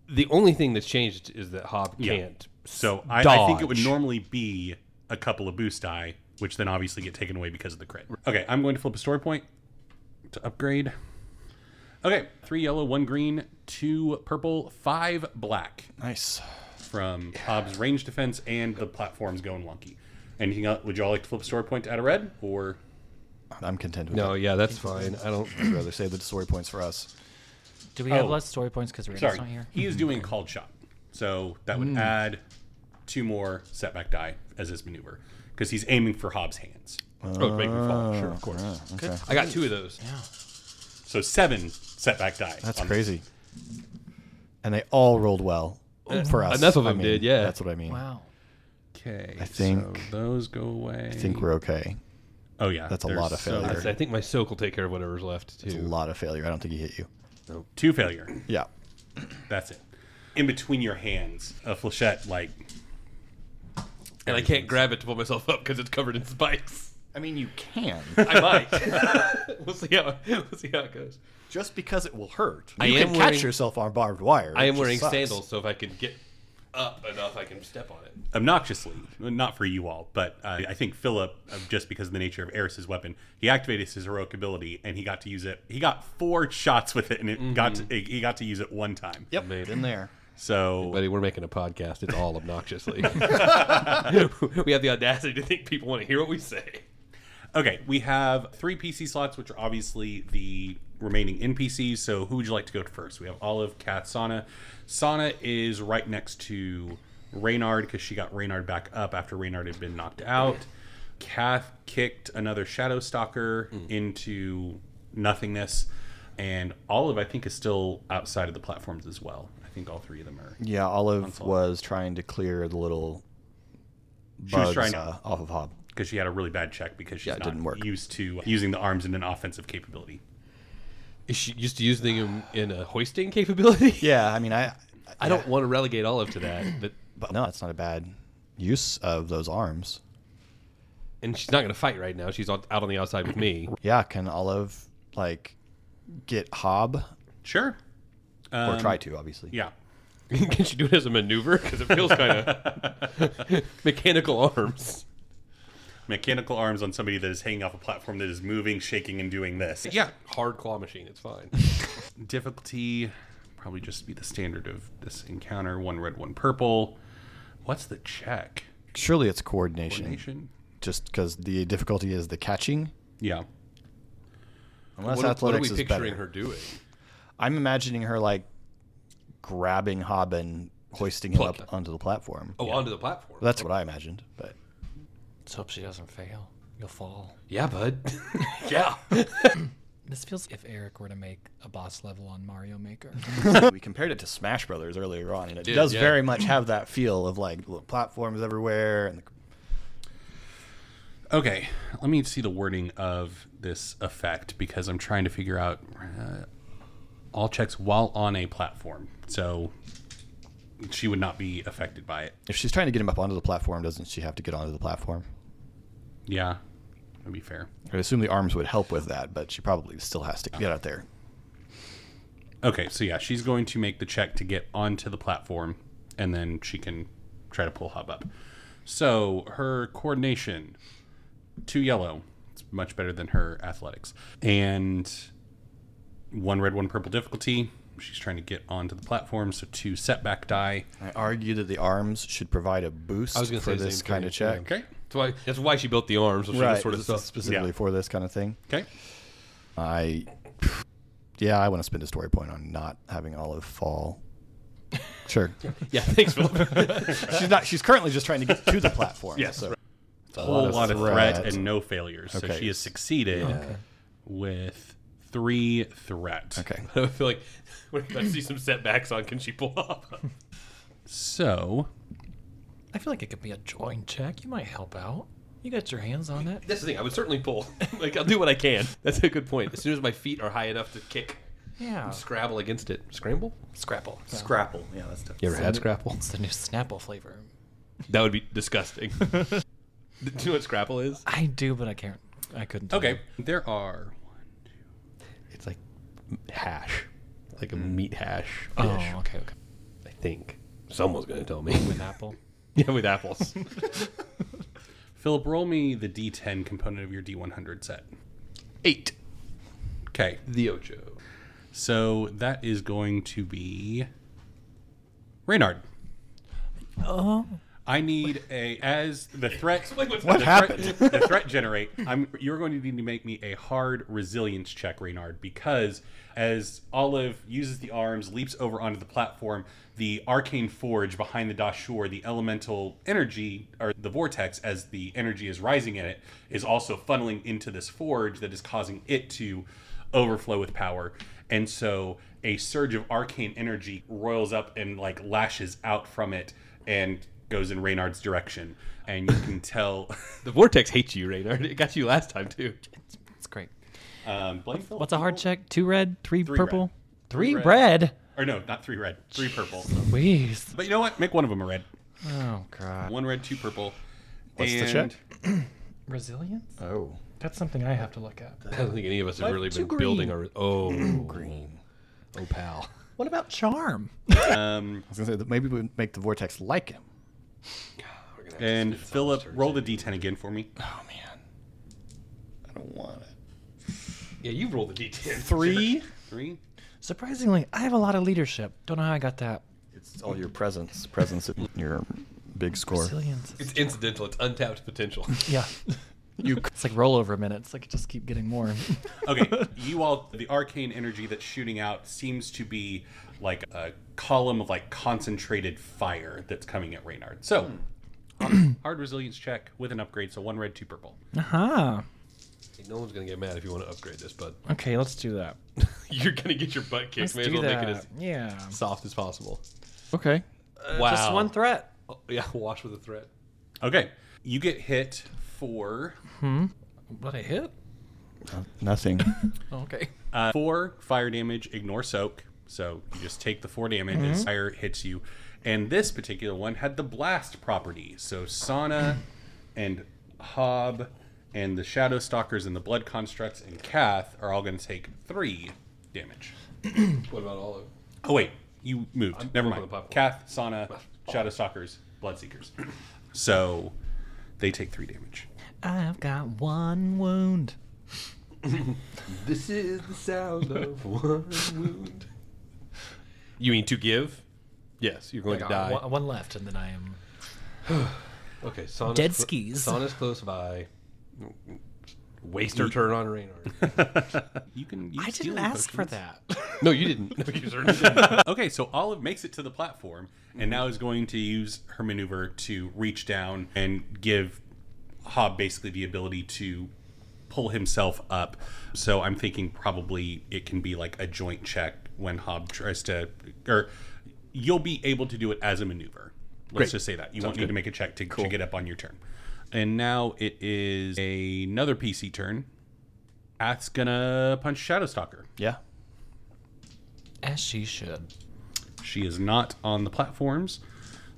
Speaker 6: The only thing that's changed is that Hob
Speaker 7: Yeah.
Speaker 6: can't.
Speaker 7: So I, I think it would
Speaker 6: Dodge.
Speaker 7: normally be a couple of boost die, which then obviously get taken away because of the crit. Okay, I'm going to flip a story point to upgrade. Okay, three yellow, one green, two purple, five black
Speaker 4: Nice.
Speaker 7: from Hobbs' range defense, and the platform's going wonky. Anything else? Would y'all like to flip a story point to add a red? Or
Speaker 4: I'm content with
Speaker 6: No,
Speaker 4: it.
Speaker 6: yeah, that's fine. I don't.
Speaker 4: I'd rather save the story points for us.
Speaker 5: Do we have
Speaker 7: Oh.
Speaker 5: less story points because Rita's
Speaker 7: sorry,
Speaker 5: not here?
Speaker 7: he is doing called shot, so that would add two more setback die as his maneuver because he's aiming for Hobbs' hands.
Speaker 6: Oh, make me fall. Sure, of course.
Speaker 4: Okay.
Speaker 6: I got two of those.
Speaker 7: So seven setback die.
Speaker 4: That's
Speaker 7: on-
Speaker 4: crazy. Um, And they all rolled well for us.
Speaker 6: Uh, enough of
Speaker 4: I
Speaker 6: them
Speaker 4: mean,
Speaker 6: did, yeah.
Speaker 4: That's what I mean.
Speaker 5: Wow.
Speaker 7: Okay.
Speaker 4: I think-
Speaker 7: so those go away.
Speaker 4: I think we're okay.
Speaker 7: oh yeah,
Speaker 4: that's a
Speaker 7: there's
Speaker 4: lot of
Speaker 7: so-
Speaker 4: failure.
Speaker 6: I think my soak will take care of whatever's left
Speaker 4: It's a
Speaker 6: too.
Speaker 4: lot of failure. I don't think he hit you.
Speaker 7: Two failure.
Speaker 4: Yeah.
Speaker 7: That's it. In between your hands, a flechette like
Speaker 6: And I can't grab it to pull myself up because it's covered in spikes.
Speaker 4: I mean, you can.
Speaker 6: I might. we'll see how. We'll see how it goes.
Speaker 4: Just because it will hurt.
Speaker 6: I
Speaker 4: You
Speaker 6: am
Speaker 4: can
Speaker 6: wearing-
Speaker 4: catch yourself on barbed wire.
Speaker 6: I
Speaker 4: It
Speaker 6: am
Speaker 4: just
Speaker 6: wearing
Speaker 4: sucks.
Speaker 6: sandals, so if I can get up enough, I can step on it.
Speaker 7: obnoxiously, not for you all, but uh, I think Philip, uh, just because of the nature of Eris's weapon, he activated his heroic ability and he got to use it. He got four shots with it, and
Speaker 4: Mm-hmm.
Speaker 7: it got to, he got to use it one time.
Speaker 4: Yep.
Speaker 6: Maybe.
Speaker 4: In there.
Speaker 7: So
Speaker 6: Buddy, we're making a podcast. It's all obnoxiously. we have the audacity to think people want to hear what we say.
Speaker 7: Okay, we have three PC slots, which are obviously the remaining NPCs. So, who would you like to go to first? We have Olive, Kat, Sana. Sana is right next to Reynard because she got Reynard back up after Reynard had been knocked out. Kath kicked another Shadow Stalker
Speaker 4: Hmm.
Speaker 7: into nothingness. And Olive, I think, is still outside of the platforms as well. I think all three of them are.
Speaker 4: Yeah, Olive was trying to clear the little bugs
Speaker 7: was trying to-
Speaker 4: uh, off of Hob.
Speaker 7: because she had a really bad check because she's
Speaker 4: Yeah, it
Speaker 7: not
Speaker 4: didn't work.
Speaker 7: used to using the arms in an offensive capability.
Speaker 6: Is she used to using him in a hoisting capability?
Speaker 4: Yeah, I mean, I,
Speaker 6: I don't want to relegate Olive to that, but
Speaker 4: but no, it's not a bad use of those arms.
Speaker 6: and she's not going to fight right now. She's on, out on the outside with me.
Speaker 4: Yeah, can Olive like get Hob
Speaker 7: Sure.
Speaker 4: or
Speaker 6: Um,
Speaker 4: try to obviously?
Speaker 7: Yeah.
Speaker 6: Can she do it as a maneuver? Because it feels kind of mechanical arms.
Speaker 7: Mechanical arms on somebody that is hanging off a platform that is moving, shaking, and doing this. Yeah.
Speaker 6: Hard claw machine. It's fine.
Speaker 7: Difficulty probably just be the standard of this encounter one red, one purple. What's the check?
Speaker 4: Surely it's coordination,
Speaker 7: Nation?
Speaker 4: just because the difficulty is the catching.
Speaker 7: Yeah.
Speaker 4: Unless
Speaker 6: what, are- what are
Speaker 4: athletics
Speaker 6: we
Speaker 4: is
Speaker 6: picturing
Speaker 4: better.
Speaker 6: her doing?
Speaker 4: I'm imagining her like grabbing Hob and hoisting him
Speaker 6: Pluck.
Speaker 4: up onto the platform.
Speaker 6: Oh, onto the platform.
Speaker 4: That's what I imagined, but
Speaker 2: Let's hope she doesn't fail. You'll fall.
Speaker 6: yeah, bud. yeah.
Speaker 2: This feels if Eric were to make a boss level on Mario Maker.
Speaker 4: we compared it to Smash Brothers earlier on, and it
Speaker 6: did,
Speaker 4: does
Speaker 6: yeah.
Speaker 4: very much have that feel of like little platforms everywhere. And the,
Speaker 7: Okay. Let me see the wording of this effect because I'm trying to figure out uh, all checks while on a platform. So she would not be affected by it.
Speaker 4: if she's trying to get him up onto the platform, doesn't she have to get onto the platform?
Speaker 7: Yeah, that'd be fair.
Speaker 4: I assume the arms would help with that, but she probably still has to get out there.
Speaker 7: Okay, so yeah, she's going to make the check to get onto the platform, and then she can try to pull Hub up. So her coordination, two yellow, it's much better than her athletics, and one red, one purple difficulty. She's trying to get onto the platform, so two setback die.
Speaker 4: I argue that the arms should provide a boost
Speaker 6: I was gonna
Speaker 4: for
Speaker 6: say the
Speaker 4: this
Speaker 6: same
Speaker 4: kind
Speaker 6: thing,
Speaker 4: of check.
Speaker 7: Okay,
Speaker 6: That's why. That's why she built the arms. So she
Speaker 4: Right,
Speaker 6: right. Sort of stuff.
Speaker 4: specifically
Speaker 7: Yeah.
Speaker 4: for this kind of thing.
Speaker 7: okay,
Speaker 4: I, yeah, I want to spend a story point on not having Olive fall. Sure,
Speaker 6: Yeah. Thanks, Philip.
Speaker 4: she's not. She's currently just trying to get to the platform.
Speaker 7: Yes,
Speaker 4: so
Speaker 7: a whole lot, of threat.
Speaker 4: threat.
Speaker 7: and no failures. So
Speaker 4: Okay.
Speaker 7: she has succeeded with three threat.
Speaker 4: okay.
Speaker 6: I feel like we're about to see some setbacks on. Can she pull up?
Speaker 7: So
Speaker 2: I feel like it could be a join check. You might help out. You got your hands on it.
Speaker 6: That's the thing. I would certainly pull. like I'll do what I can. That's a good point. As soon as my feet are high enough to kick,
Speaker 2: Yeah.
Speaker 6: scrabble against it. Scramble.
Speaker 2: Scrapple. Yeah.
Speaker 7: grapple. Yeah, that's tough.
Speaker 6: You ever had scrapple?
Speaker 2: It's the new Snapple flavor.
Speaker 6: That would be disgusting. do you know what scrapple is?
Speaker 2: I do, but I can't. I couldn't. tell
Speaker 7: Okay,
Speaker 2: you.
Speaker 7: there are
Speaker 6: It's like hash, like a meat hash
Speaker 2: Oh, okay, okay.
Speaker 6: I think Uh. someone's gonna tell me.
Speaker 2: With apple.
Speaker 6: yeah, with apples.
Speaker 7: Philip, roll me the D10 component of your D100 set.
Speaker 6: Eight.
Speaker 7: Okay,
Speaker 6: The ocho.
Speaker 7: so that is going to be Reynard.
Speaker 2: Oh.
Speaker 7: I need a as the threat.
Speaker 6: what's
Speaker 7: the
Speaker 4: happened?
Speaker 7: Threat, the threat generate. I'm. You're going to need to make me a hard resilience check, Reynard, because as Olive uses the arms, leaps over onto the platform, the arcane forge behind the Dashur, the elemental energy or the vortex, as the energy is rising in it, is also funneling into this forge that is causing it to overflow with power. And so a surge of arcane energy roils up and like lashes out from it and goes in Reynard's direction. And you can tell
Speaker 6: The vortex hates you, Reynard. It got you last time too.
Speaker 2: It's great.
Speaker 7: um blame Phil.
Speaker 2: What's a hard check? Two red, three, purple,
Speaker 7: red.
Speaker 2: three
Speaker 7: red.
Speaker 2: red.
Speaker 7: Or no, not three red, three purple.
Speaker 2: Please.
Speaker 7: But you know what? Make one of them a red.
Speaker 2: Oh god.
Speaker 7: One red, two purple.
Speaker 4: What's the
Speaker 7: and
Speaker 4: check?
Speaker 5: Resilience?
Speaker 4: Oh,
Speaker 5: That's something I have to look at.
Speaker 6: I don't think any of us have really
Speaker 2: too
Speaker 6: been building our.
Speaker 2: green.
Speaker 6: Oh, green. Oh, pal.
Speaker 2: What about charm?
Speaker 4: I was gonna say that maybe we would make the vortex like him.
Speaker 7: And Philip, roll the D10 again for me.
Speaker 4: Oh man, I don't want it.
Speaker 6: Yeah, you roll the d10.
Speaker 4: Three.
Speaker 7: Three.
Speaker 2: Surprisingly, I have a lot of leadership. Don't know how I got that.
Speaker 4: It's all your presence, presence, your big score.
Speaker 2: Resilience. is-
Speaker 6: It's incidental. It's untapped potential.
Speaker 2: Yeah.
Speaker 4: You
Speaker 5: It's like rollover minutes. Like just keep getting more.
Speaker 7: Okay, you all, the arcane energy that's shooting out seems to be like a column of like concentrated fire that's coming at Reynard. So,
Speaker 2: Hmm.
Speaker 7: hard resilience check with an upgrade, so one red, two purple.
Speaker 5: Aha.
Speaker 6: No one's gonna get mad if you want to upgrade this, bud.
Speaker 5: Uh-huh. Okay, let's do that.
Speaker 6: You're gonna get your butt kicked.
Speaker 5: Let's
Speaker 6: May as
Speaker 5: do
Speaker 6: well
Speaker 5: that.
Speaker 6: make it as
Speaker 5: yeah.
Speaker 6: soft as possible.
Speaker 5: Okay.
Speaker 6: wow.
Speaker 2: Just one threat.
Speaker 6: Oh, yeah, wash with a threat.
Speaker 7: Okay, you get hit for
Speaker 2: What a hit.
Speaker 4: nothing.
Speaker 2: Oh, okay.
Speaker 7: Uh, four fire damage, ignore soak. So you just take the four damage as fire hits you. And this particular one had the blast property. So Sana and Hob and the Shadow Stalkers and the Blood Constructs and Kath are all going to take three damage.
Speaker 6: What about all of?
Speaker 7: Oh, wait. You moved. Never
Speaker 6: open
Speaker 7: mind.
Speaker 6: the popcorn.
Speaker 7: Kath, Sana, Shadow Stalkers, Blood Seekers. So they take three damage.
Speaker 5: I've got one wound.
Speaker 6: This is the sound of one wound. You mean to give? Yes, you're going
Speaker 2: I
Speaker 6: to
Speaker 2: got
Speaker 6: Uh, die.
Speaker 2: One, one left, and then I am.
Speaker 6: Okay, Sana's
Speaker 5: Dead skis.
Speaker 6: Sana's close by. Waste her turn on Reynard.
Speaker 7: You can. Use
Speaker 5: I didn't
Speaker 7: healing
Speaker 5: ask for
Speaker 7: potions.
Speaker 5: that.
Speaker 6: no, you didn't. No, you certainly didn't.
Speaker 7: Okay, so Olive makes it to the platform and now is going to use her maneuver to reach down and give Hob basically the ability to pull himself up. So I'm thinking probably it can be like a joint check when Hob tries to, or you'll be able to do it as a maneuver. Let's just say that. You won't need to make a check to, to get up on your turn. And now it is another PC turn. Ath's gonna punch Shadowstalker.
Speaker 4: yeah.
Speaker 2: As she should.
Speaker 7: She is not on the platforms,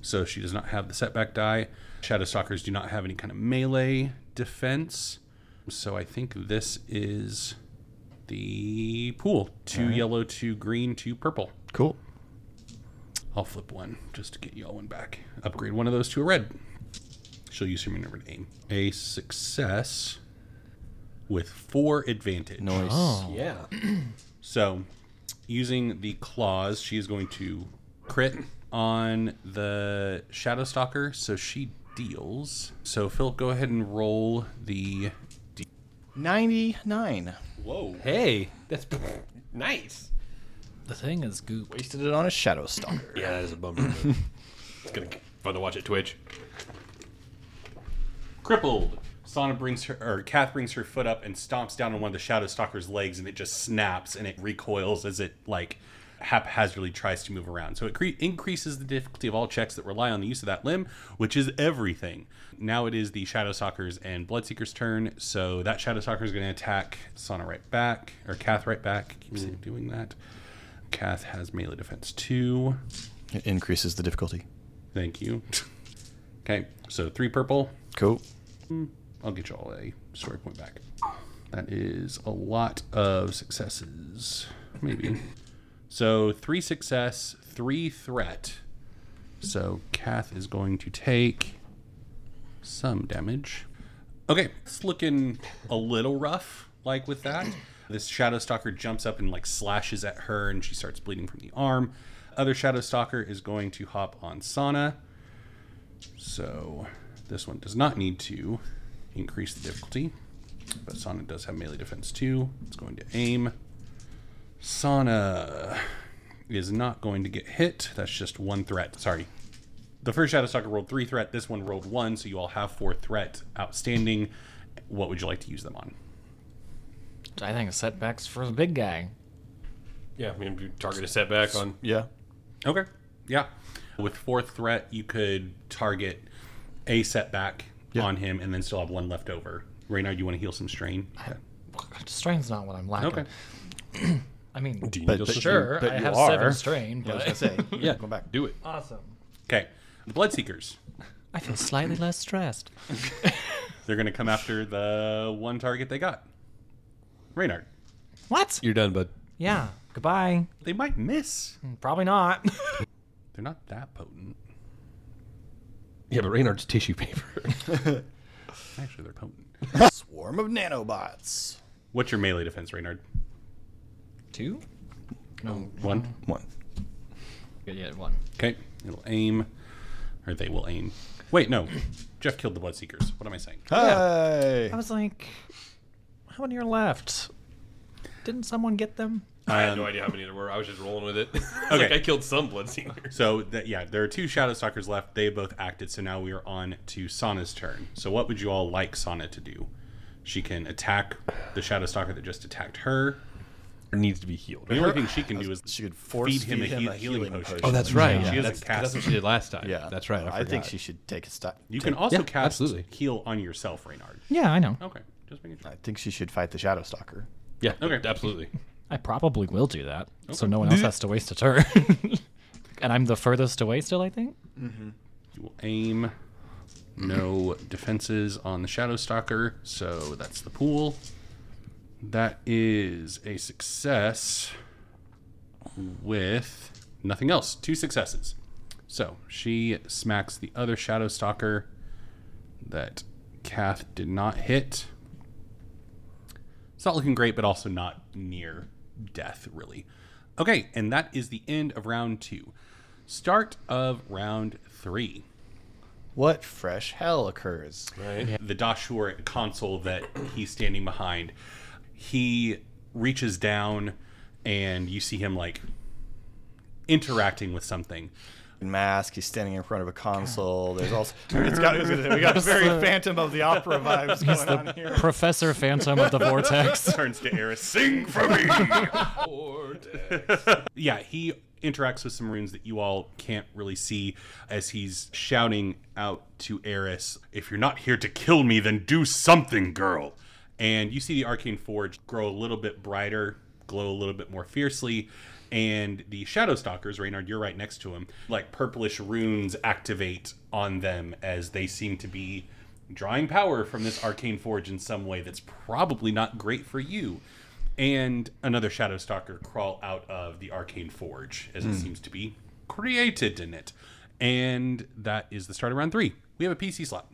Speaker 7: so she does not have the setback die. Shadow Stalkers do not have any kind of melee defense, so I think this is the pool. Two yellow, two green, two purple.
Speaker 4: Cool.
Speaker 7: I'll flip one just to get y'all one back. Upgrade one of those to a red. She'll use her maneuver to aim. A success with four advantage.
Speaker 4: Noise.
Speaker 6: yeah.
Speaker 7: So, using the claws, she is going to crit on the Shadow Stalker. So she deals. So Phil, go ahead and roll the. D-
Speaker 4: 99.
Speaker 7: Whoa!
Speaker 6: Hey, that's nice.
Speaker 2: The thing is goop.
Speaker 4: Wasted it on a shadow stalker.
Speaker 6: Yeah, that is a bummer. but it's gonna be fun to watch it twitch.
Speaker 7: Crippled. Sana brings her, or Kath brings her foot up and stomps down on one of the Shadow Stalker's legs, and it just snaps and it recoils as it like haphazardly tries to move around. So it cre- increases the difficulty of all checks that rely on the use of that limb, which is everything. Now it is the Shadow Stalker's and Bloodseeker's turn. So that Shadow Stalker is going to attack Sana right back, or Kath right back. Keep saying doing that. Kath has melee defense two.
Speaker 4: It increases the difficulty.
Speaker 7: Thank you. okay, so three purple.
Speaker 4: Cool.
Speaker 7: I'll get you all a story point back. That is a lot of successes, maybe. So three success, three threat. So Kath is going to take some damage. Okay, it's looking a little rough, like with that. This Shadow Stalker jumps up and like slashes at her, and she starts bleeding from the arm. Other Shadow Stalker is going to hop on Sana. So this one does not need to increase the difficulty. But Sana does have melee defense too. It's going to aim. Sana is not going to get hit. That's just one threat. Sorry. The first Shadow Stalker rolled three threat. This one rolled one, so you all have four threat outstanding. What would you like to use them on?
Speaker 5: I think setbacks for the big guy.
Speaker 6: Yeah, I mean, you target a setback on.
Speaker 4: Yeah.
Speaker 7: Okay. Yeah. With fourth threat, you could target a setback
Speaker 4: Yeah.
Speaker 7: on him and then still have one left over. Reynard, you want to heal some strain?
Speaker 5: Strain's not what I'm lacking.
Speaker 7: Okay.
Speaker 5: I mean,
Speaker 6: Do you
Speaker 4: But-
Speaker 6: need
Speaker 4: but-
Speaker 6: to-
Speaker 5: sure,
Speaker 4: but
Speaker 5: I
Speaker 4: you
Speaker 5: have
Speaker 4: are.
Speaker 5: seven strain,
Speaker 4: I was
Speaker 5: but
Speaker 4: going to say.
Speaker 6: Yeah,
Speaker 4: Go back.
Speaker 6: Do it.
Speaker 5: awesome.
Speaker 7: Okay. The Bloodseekers.
Speaker 5: I feel slightly less stressed.
Speaker 7: They're going to come after the one target they got. Reynard.
Speaker 5: What?
Speaker 6: You're done, bud.
Speaker 5: Yeah. Goodbye. Mm,
Speaker 7: They might miss.
Speaker 5: Probably not.
Speaker 7: They're not that potent.
Speaker 6: Yeah, but Reynard's tissue paper.
Speaker 7: Actually, they're potent.
Speaker 4: Swarm of nanobots.
Speaker 7: What's your melee defense, Reynard?
Speaker 5: Two?
Speaker 7: One.
Speaker 4: One.
Speaker 5: Yeah, yeah, one.
Speaker 7: Okay. It'll aim, or they will aim. Wait, no. Jeff killed the Bloodseekers. What am I saying?
Speaker 4: Hey.
Speaker 2: I was like, how many are left? Didn't someone get them?
Speaker 6: I had no
Speaker 8: Um,
Speaker 6: idea how many there were. I was just rolling with it. okay.
Speaker 7: Okay.
Speaker 6: Like I killed some bloodseekers.
Speaker 7: So that yeah, there are two Shadow Stalkers left. They both acted, so now we are on to Sana's turn. So what would you all like Sana to do? She can attack the Shadow Stalker that just attacked her.
Speaker 6: Needs to be healed.
Speaker 7: The only thing she can do is
Speaker 4: She could force
Speaker 7: feed him, a, heal- healing, potion.
Speaker 8: Oh, that's right.
Speaker 7: She
Speaker 8: Yeah.
Speaker 7: doesn't
Speaker 8: that's, 'cause
Speaker 7: cast
Speaker 8: that's what
Speaker 7: it.
Speaker 8: she did last time.
Speaker 4: Yeah,
Speaker 8: that's right. I,
Speaker 4: I, think
Speaker 8: forgot.
Speaker 4: she should take a stop.
Speaker 7: You can also
Speaker 8: Yeah,
Speaker 7: cast
Speaker 8: absolutely.
Speaker 7: heal on yourself, Reynard.
Speaker 5: Yeah, I know.
Speaker 7: Okay, just making sure.
Speaker 4: I think she should fight the Shadow Stalker.
Speaker 8: Yeah.
Speaker 7: Okay.
Speaker 8: Absolutely.
Speaker 5: I probably will do that, so no one else has to waste a turn. and I'm the furthest away still, I think.
Speaker 7: You will aim. No defenses on the Shadow Stalker, so that's the pool. That is a success with nothing else. Two successes. So she smacks the other Shadow Stalker that Kath did not hit. It's not looking great, but also not near death, really. Okay, and that is the end of round two. Start of round three.
Speaker 4: What fresh hell occurs?
Speaker 7: the Dashur console that he's standing behind, he reaches down and you see him like interacting with something.
Speaker 4: Mask. He's standing in front of a console. There's also it's got, it's got- we got very Phantom of the Opera vibes going on here.
Speaker 5: Professor Phantom of the Vortex.
Speaker 7: Turns to Eris, sing for me. yeah, he interacts with some runes that you all can't really see as he's shouting out to Eris, "If you're not here to kill me, then do something, girl." And you see the arcane forge grow a little bit brighter, glow a little bit more fiercely, and the shadow stalkers, Reynard, you're right next to him. Like purplish runes activate on them as they seem to be drawing power from this arcane forge in some way that's probably not great for you and another shadow stalker crawl out of the arcane forge as
Speaker 8: Hmm.
Speaker 7: it seems to be created in it and that is the start of round three we have a pc slot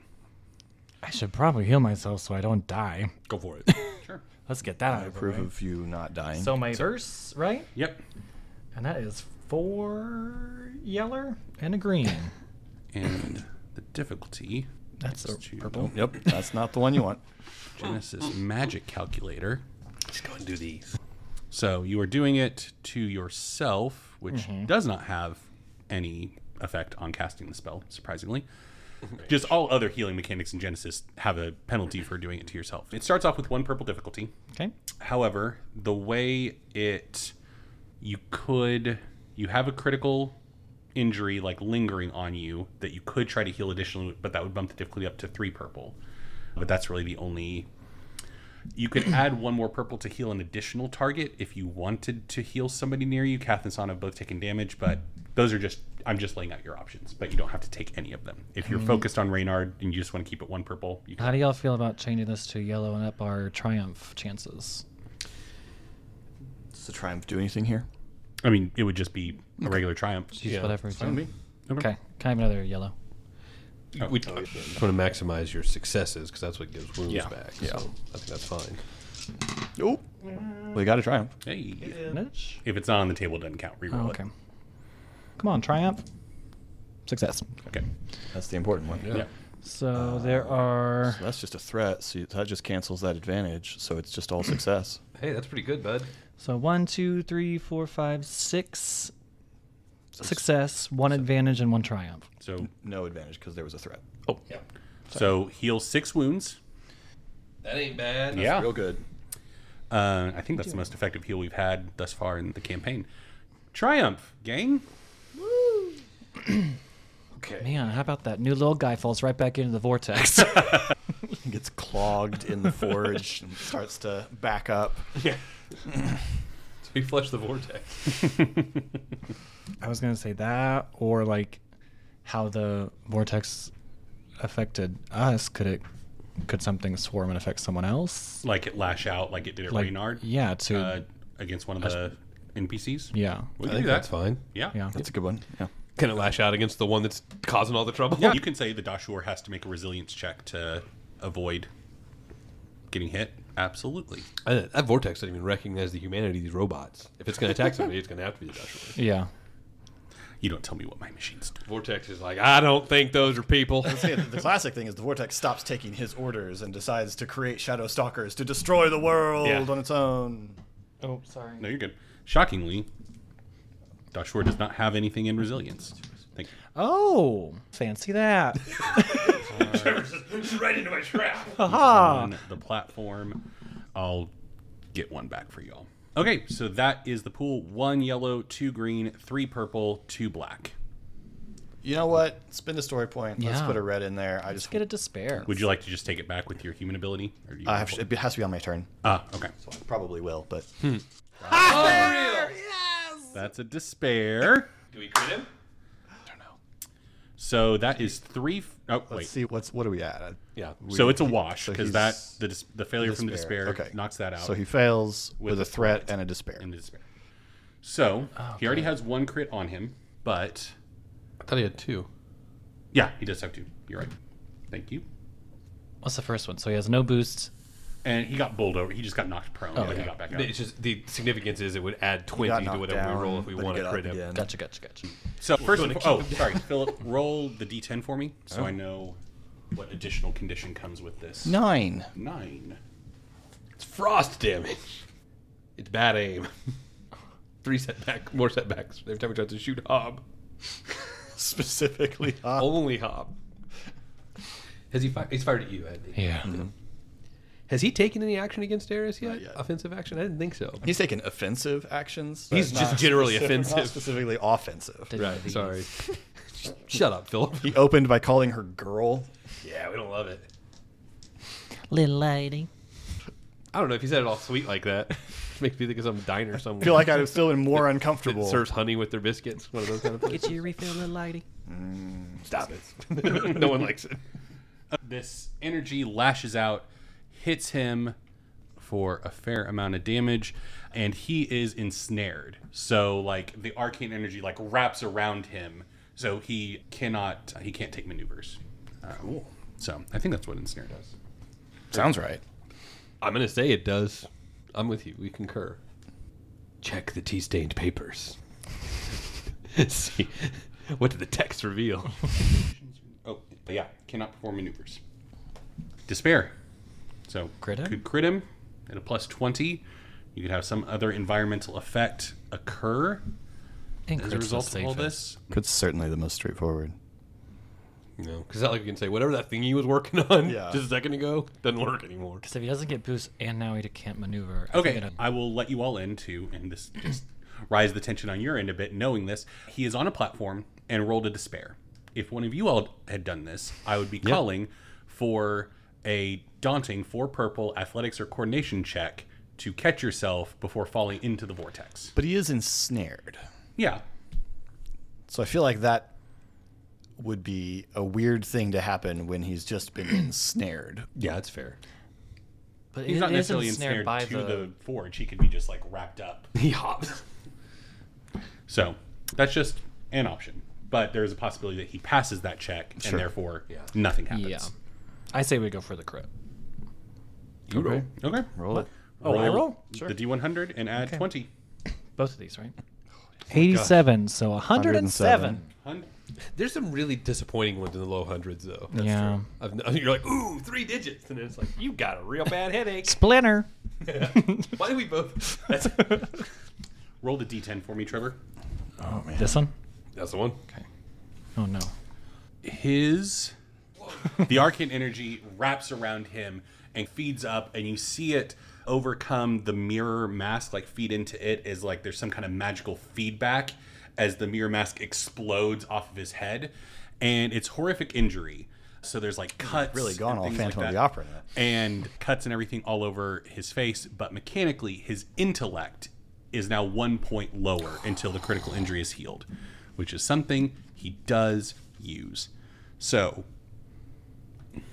Speaker 5: I should probably heal myself so I don't die.
Speaker 8: Go for it.
Speaker 7: sure
Speaker 5: Let's get that out of the
Speaker 4: Proof
Speaker 5: way.
Speaker 4: of you not dying.
Speaker 5: So my verse, right?
Speaker 7: yep
Speaker 5: And that is four yeller and a green.
Speaker 7: and the difficulty
Speaker 5: That's a
Speaker 7: Two.
Speaker 5: purple.
Speaker 4: Yep, that's not the one you want.
Speaker 7: genesis magic calculator
Speaker 6: Just go and do these.
Speaker 7: so you are doing it to yourself which
Speaker 8: Mm-hmm.
Speaker 7: does not have any effect on casting the spell surprisingly just all other healing mechanics in genesis have a penalty for doing it to yourself it starts off with one purple difficulty
Speaker 5: Okay.
Speaker 7: However, the way it you could you have a critical injury like lingering on you that you could try to heal additionally, but that would bump the difficulty up to three purple. But that's really the only you could add one more purple to heal an additional target if you wanted to heal somebody near you. Kath and Son have both taken damage, but those are just I'm just laying out your options, but you don't have to take any of them. If you're focused on Reynard and you just want to keep it one purple, you
Speaker 5: How
Speaker 7: can.
Speaker 5: do y'all feel about changing this to yellow and up our triumph chances?
Speaker 4: Does the triumph do anything here?
Speaker 7: I mean, it would just be a regular triumph.
Speaker 5: Just whatever. it's in.
Speaker 7: Okay.
Speaker 5: Okay. Can I have another yellow?
Speaker 8: We just want to maximize your successes because that's what gives wounds
Speaker 7: Yeah.
Speaker 8: back. Yeah. So I think that's fine.
Speaker 4: Nope. We got a triumph.
Speaker 7: Hey.
Speaker 5: Mitch?
Speaker 7: If it's not on the table, it doesn't count.
Speaker 5: Oh,
Speaker 7: Reroll
Speaker 5: okay.
Speaker 7: it.
Speaker 5: Come on, triumph. Success.
Speaker 7: Okay.
Speaker 4: That's the important one.
Speaker 7: Yeah.
Speaker 5: So there are.
Speaker 4: So that's just a threat. So that just cancels that advantage. So it's just all success.
Speaker 8: Hey, that's pretty good, bud.
Speaker 5: So one, two, three, four, five, six. Success, one advantage, and one triumph.
Speaker 7: So
Speaker 4: No advantage because there was a threat.
Speaker 7: so heal six wounds.
Speaker 6: That ain't bad.
Speaker 7: Ah.
Speaker 4: Real good.
Speaker 7: Uh, I think that's the most effective heal we've had thus far in the campaign. Triumph, gang.
Speaker 5: Man, how about that? New little guy falls right back into the vortex.
Speaker 4: He gets clogged in the forge and starts to back up.
Speaker 6: So we flush the vortex.
Speaker 5: I was gonna say that, or like how the vortex affected us. Could it? Could something swarm and affect someone else?
Speaker 7: Like it lash out, like it did at
Speaker 5: Like
Speaker 7: Reynard.
Speaker 5: Yeah. To
Speaker 7: Uh, against one of the NPCs.
Speaker 5: yeah.
Speaker 8: I
Speaker 7: We can do
Speaker 8: think
Speaker 7: that.
Speaker 8: that's fine.
Speaker 7: Yeah.
Speaker 5: Yeah.
Speaker 4: That's a good one. Yeah.
Speaker 8: Can it lash out against the one that's causing all the trouble?
Speaker 7: Yeah, You can say the Dashur has to make a resilience check to avoid getting hit. Absolutely.
Speaker 8: I, that vortex doesn't even recognize the humanity of these robots. If it's going to attack somebody, it's going to have to be the Dashwood.
Speaker 5: Yeah.
Speaker 7: You don't tell me what my machine's do.
Speaker 6: Vortex is like, I don't think those are people.
Speaker 4: See, the- the classic thing is the vortex stops taking his orders and decides to create shadow stalkers to destroy the world
Speaker 6: Yeah.
Speaker 4: on its own.
Speaker 5: Oh, sorry.
Speaker 7: No, you're good. Shockingly, Dashwar does not have anything in resilience. Thank you.
Speaker 5: Oh, fancy that.
Speaker 6: right into my trap.
Speaker 7: on the platform. I'll get one back for y'all. Okay, so that is the pool. One yellow, two green, three purple, two black.
Speaker 4: You know what? Spin the story point. Let's
Speaker 5: Yeah.
Speaker 4: put a red in there. I just
Speaker 5: Get a despair.
Speaker 7: Would you like to just take it back with your human ability? Or do you
Speaker 4: I have, it has to be on my turn.
Speaker 7: Ah, okay.
Speaker 4: I probably will, but
Speaker 7: Hmm. That's a despair.
Speaker 6: Do we crit him?
Speaker 7: So that is three. f- Oh
Speaker 4: let's
Speaker 7: wait.
Speaker 4: see what's what are we at?
Speaker 8: Yeah.
Speaker 7: so it's a wash
Speaker 4: so
Speaker 7: because
Speaker 4: he's-
Speaker 7: that the dis- the failure from the despair
Speaker 4: Okay.
Speaker 7: knocks that out.
Speaker 4: So he fails with,
Speaker 7: With
Speaker 4: a
Speaker 7: a
Speaker 4: threat and a despair.
Speaker 7: in the despair. So he already has one crit on him, but
Speaker 8: I thought he had two.
Speaker 7: yeah, he does have two. You're right. Thank you.
Speaker 5: What's the first one? So he has no boost.
Speaker 7: And he got bowled over. He just got knocked
Speaker 4: Oh,
Speaker 7: prone, but he got back up.
Speaker 8: It's just the significance is it would add twenty to
Speaker 4: knocked
Speaker 8: whatever
Speaker 4: down,
Speaker 8: we roll if we
Speaker 4: but he
Speaker 8: want to
Speaker 4: got up
Speaker 8: crit him.
Speaker 4: again.
Speaker 5: Gotcha, gotcha, gotcha.
Speaker 7: So first, and fo- oh, sorry, Philip, roll the d10 for me, so I know what additional condition comes with this.
Speaker 4: Nine.
Speaker 7: Nine.
Speaker 6: It's frost damage. It's bad aim. Three setback, more setbacks every time he tries to shoot Hob.
Speaker 4: Specifically. Uh,
Speaker 6: Only Hob. Has he fired? He's fired at you, hasn't he?
Speaker 5: Yeah.
Speaker 7: Mm-hmm.
Speaker 6: Has he taken any action against Darius yet?
Speaker 4: yet.
Speaker 6: Offensive action? I didn't think so.
Speaker 4: He's taking offensive actions.
Speaker 6: He's
Speaker 4: but
Speaker 6: just
Speaker 4: not
Speaker 6: generally
Speaker 4: specific- not
Speaker 6: offensive.
Speaker 4: specifically offensive.
Speaker 6: Right. Sorry. Shut up, Philip.
Speaker 4: He opened by calling her girl.
Speaker 6: Yeah, we don't love it.
Speaker 5: Little lady.
Speaker 6: I don't know if he said it all sweet like that. Makes me think of some diner somewhere.
Speaker 4: I feel like I'd have still been more
Speaker 6: that
Speaker 4: uncomfortable.
Speaker 6: serves honey with their biscuits. One of those kind of things.
Speaker 5: Get your refill, little lady.
Speaker 6: Stop it. no one likes it.
Speaker 7: This energy lashes out, hits him for a fair amount of damage, and he is ensnared. So like the arcane energy like wraps around him, so he cannot he can't take maneuvers. Uh, so I think that's what ensnare does.
Speaker 4: Sounds right.
Speaker 6: I'm gonna say it does. I'm with you. We concur. Check the tea-stained papers. See, what did the text reveal?
Speaker 7: Oh yeah, cannot perform maneuvers. Despair. So
Speaker 5: Crit him?
Speaker 7: could crit him at a plus twenty. You could have some other environmental effect occur
Speaker 5: And
Speaker 7: as a result of all this.
Speaker 4: It's certainly the most straightforward.
Speaker 6: no, because not like you can say whatever that thing he was working on
Speaker 4: Yeah.
Speaker 6: just a second ago doesn't work anymore.
Speaker 5: Because if he doesn't get boost and now he can't maneuver. I
Speaker 7: Okay,
Speaker 5: think it-
Speaker 7: I will let you all in too, and this just rise the tension on your end a bit. Knowing this, he is on a platform and rolled a despair. If one of you all had done this, I would be calling for a daunting four purple athletics or coordination check to catch yourself before falling into the vortex.
Speaker 4: But he is ensnared.
Speaker 7: Yeah.
Speaker 4: So I feel like that would be a weird thing to happen when he's just been ensnared.
Speaker 6: Yeah, that's fair.
Speaker 5: but
Speaker 7: He's
Speaker 5: it
Speaker 7: not
Speaker 5: is
Speaker 7: necessarily
Speaker 5: ensnared
Speaker 7: ensnared
Speaker 5: by
Speaker 7: to the... forge. He could be just like wrapped up.
Speaker 6: He hops.
Speaker 7: So that's just an option. But there's a possibility that he passes that check and therefore nothing happens.
Speaker 5: Yeah. I say we go for the crit.
Speaker 6: You roll.
Speaker 7: Okay.
Speaker 4: Roll it.
Speaker 7: Oh,
Speaker 5: I roll?
Speaker 7: The D100 and add 20.
Speaker 5: Both of these, right?
Speaker 4: Oh,
Speaker 5: 87, so 107.
Speaker 7: Hun-
Speaker 6: There's some really disappointing ones in the low hundreds though.
Speaker 5: yeah.
Speaker 6: I've, n- you're like, ooh, three digits, and it's like you got a real bad headache.
Speaker 5: Splinter.
Speaker 6: Why do we both? That's,
Speaker 7: Roll the D10 for me, Trevor.
Speaker 5: This one?
Speaker 6: that's the one.
Speaker 5: Oh, no.
Speaker 7: His. the arcane energy wraps around him and feeds up, and you see it overcome the mirror mask, like feed into it, as like there's some kind of magical feedback as the mirror mask explodes off of his head. And it's horrific injury. So there's like cuts.
Speaker 4: Really gone
Speaker 7: and
Speaker 4: all
Speaker 7: things like
Speaker 4: Phantom of
Speaker 7: that.
Speaker 4: the Opera. now.
Speaker 7: and cuts and everything all over his face, but mechanically, his intellect is now one point lower until the critical injury is healed, which is something he does use. So,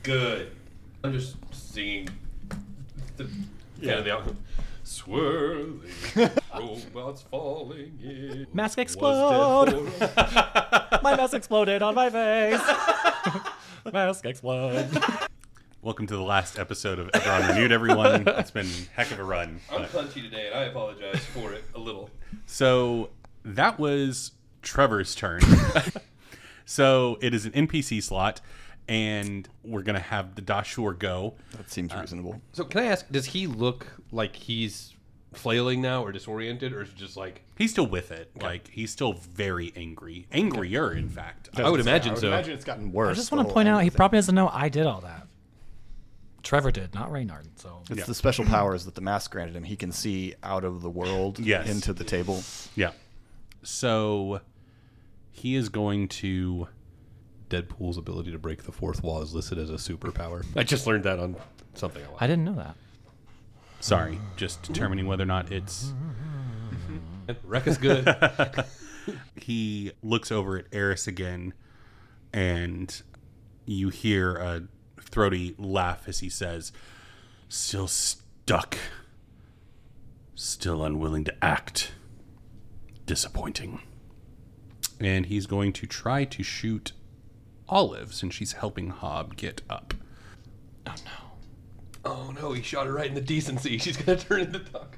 Speaker 6: Good. I'm just singing the yeah the album. Swirling robots falling in.
Speaker 5: Mask
Speaker 6: Was
Speaker 5: explode.
Speaker 6: dead for
Speaker 5: my mask exploded on my face. mask explode.
Speaker 7: welcome to the last episode of Everon Renewed, everyone. It's been a heck of a run.
Speaker 6: a- I'm punchy today, and I apologize for it a little.
Speaker 7: So, that was Trevor's turn. so it is an NPC slot, and we're gonna have the Dashur go.
Speaker 4: That seems reasonable.
Speaker 6: So can I ask, does he look like he's flailing now or disoriented or is it just like
Speaker 7: He's still with it. Like he's still very angry, angrier in fact.
Speaker 6: I would imagine so.
Speaker 4: Imagine it's gotten worse.
Speaker 5: I just want to point out he probably doesn't know I did all that. Trevor did, not Reynard. So
Speaker 4: It's the special powers that the mask granted him. He can see out of the world
Speaker 7: Yes.
Speaker 4: into the table.
Speaker 7: Yeah. So he is going to.
Speaker 8: Deadpool's ability to break the fourth wall is listed as a superpower.
Speaker 6: I just learned that on something I watched.
Speaker 5: I didn't know that.
Speaker 7: Sorry, just determining whether or not it's.
Speaker 6: Wreck is good.
Speaker 7: He looks over at Eris again, and you hear a throaty laugh as he says, "Still stuck. Still unwilling to act. Disappointing." And he's going to try to shoot Olive since she's helping Hob get up.
Speaker 6: oh no, he shot her right in the decency. She's gonna turn into Thug.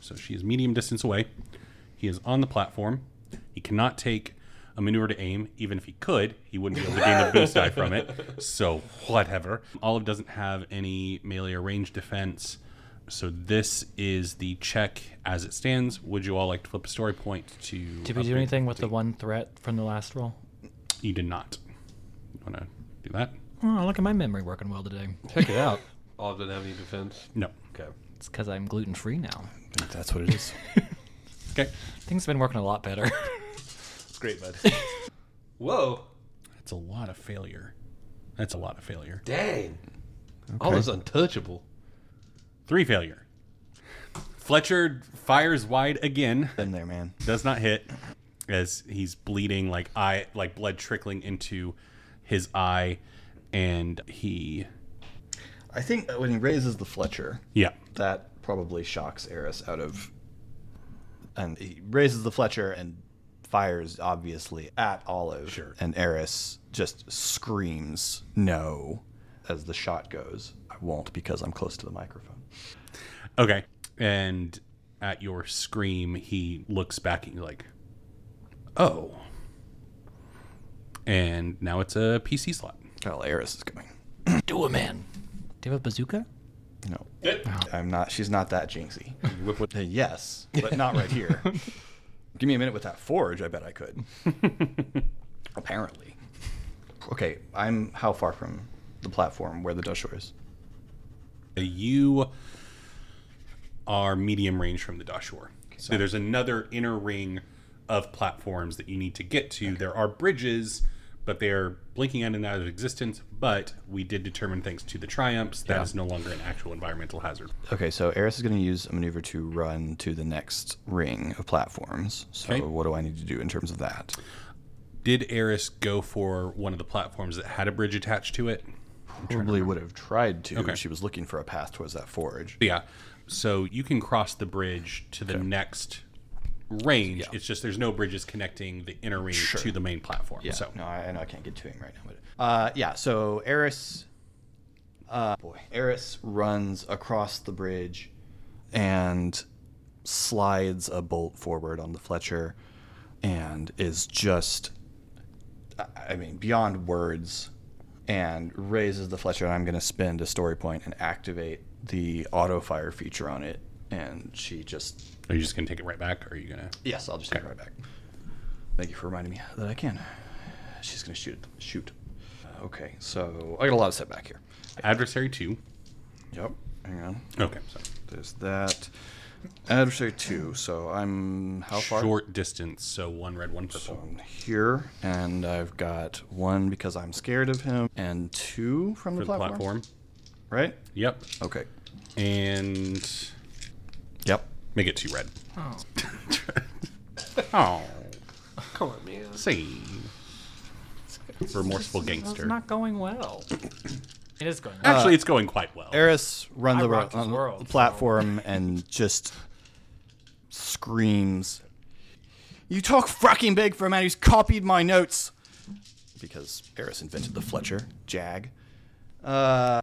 Speaker 7: So she is medium distance away. He is on the platform. He cannot take a maneuver to aim. Even if he could, he wouldn't be able to gain a boost die from it. So whatever. Olive doesn't have any melee or range defense. So this is the check as it stands. Would you all like to flip a story point to?
Speaker 5: Did we do
Speaker 7: upgrade?
Speaker 5: anything with the one threat from the last roll?
Speaker 7: uh, You did not. You want to do that?
Speaker 5: Oh, look at my memory working well today.
Speaker 6: Check it out. Olive doesn't have any defense.
Speaker 7: No.
Speaker 6: Okay.
Speaker 5: It's because I'm gluten free now.
Speaker 4: I think that's what it is.
Speaker 7: Okay.
Speaker 5: Things have been working a lot better.
Speaker 4: it's great, bud.
Speaker 6: Whoa.
Speaker 7: That's a lot of failure. That's a lot of failure.
Speaker 6: Dang. Olive's untouchable.
Speaker 7: Three failure. Fletcher fires wide again.
Speaker 4: Been there, man.
Speaker 7: does not hit as he's bleeding like eye like blood trickling into his eye and he
Speaker 4: I think that when he raises the Fletcher,
Speaker 7: yeah
Speaker 4: that probably shocks Eris out of. And he raises the Fletcher and fires, obviously, at Olive. Sure. And Eris just screams, no, as the shot goes. I won't because I'm close to the microphone.
Speaker 7: okay and at your scream he looks back at you like oh and now it's a pc slot
Speaker 4: Well, Eris is going,
Speaker 5: do it, man. Do you have a bazooka?
Speaker 4: no. I'm not, she's not that jinxy. Uh, yes, but not right here. Give me a minute with that forge. I bet I could. Apparently. Okay, I'm how far from the platform where the Dushor is?
Speaker 7: you are medium range from the Dashur. So there's another inner ring of platforms that you need to get to. There are bridges, but they're blinking out and out of existence. But we did determine, thanks to the triumphs, that is no longer an actual environmental hazard.
Speaker 4: Okay, so Eris is going to use a maneuver to run to the next ring of platforms. So
Speaker 7: Okay.
Speaker 4: what do I need to do in terms of that?
Speaker 7: Did Eris go for one of the platforms that had a bridge attached to it?
Speaker 4: Probably would have tried to.
Speaker 7: Okay.
Speaker 4: She was looking for a path towards that forge.
Speaker 7: Yeah. So you can cross the bridge to the next range. It's just there's no bridges connecting the inner ring to the main platform. So
Speaker 4: No, I, I know I can't get to him right now. But, uh, yeah, so Eris, uh, boy, Eris runs across the bridge and slides a bolt forward on the Fletcher, and is just, I- I mean, beyond words, and raises the Fletcher. And I'm going to spend a story point and activate the auto fire feature on it, and she just
Speaker 7: are you just going to take it right back? Or are you going to?
Speaker 4: Yes, I'll just take it right back. Thank you for reminding me that I can. She's gonna shoot. Shoot. Uh, okay, so I got a lot of setback here.
Speaker 7: Adversary two.
Speaker 4: Yep. Hang on.
Speaker 7: Okay, so
Speaker 4: There's that. Adversary two. So I'm how far?
Speaker 7: short distance, so one red, one purple.
Speaker 4: I'm here, and I've got one because I'm scared of him, and two from the,
Speaker 7: for the
Speaker 4: platform,
Speaker 7: platform.
Speaker 4: Right.
Speaker 7: Yep,
Speaker 4: Okay.
Speaker 7: and
Speaker 4: Yep.
Speaker 7: make it two red. Oh,
Speaker 6: Come on, man.
Speaker 7: see, remorseful gangster.
Speaker 5: It's not going well. It is going well.
Speaker 7: Actually, it's going quite well.
Speaker 4: Eris runs
Speaker 5: I
Speaker 4: the,
Speaker 5: rock this
Speaker 4: on
Speaker 5: world,
Speaker 4: the
Speaker 5: so-
Speaker 4: platform and just screams, "You talk fracking big for a man who's copied my notes!" Because Eris invented the Fletcher Jag. Uh,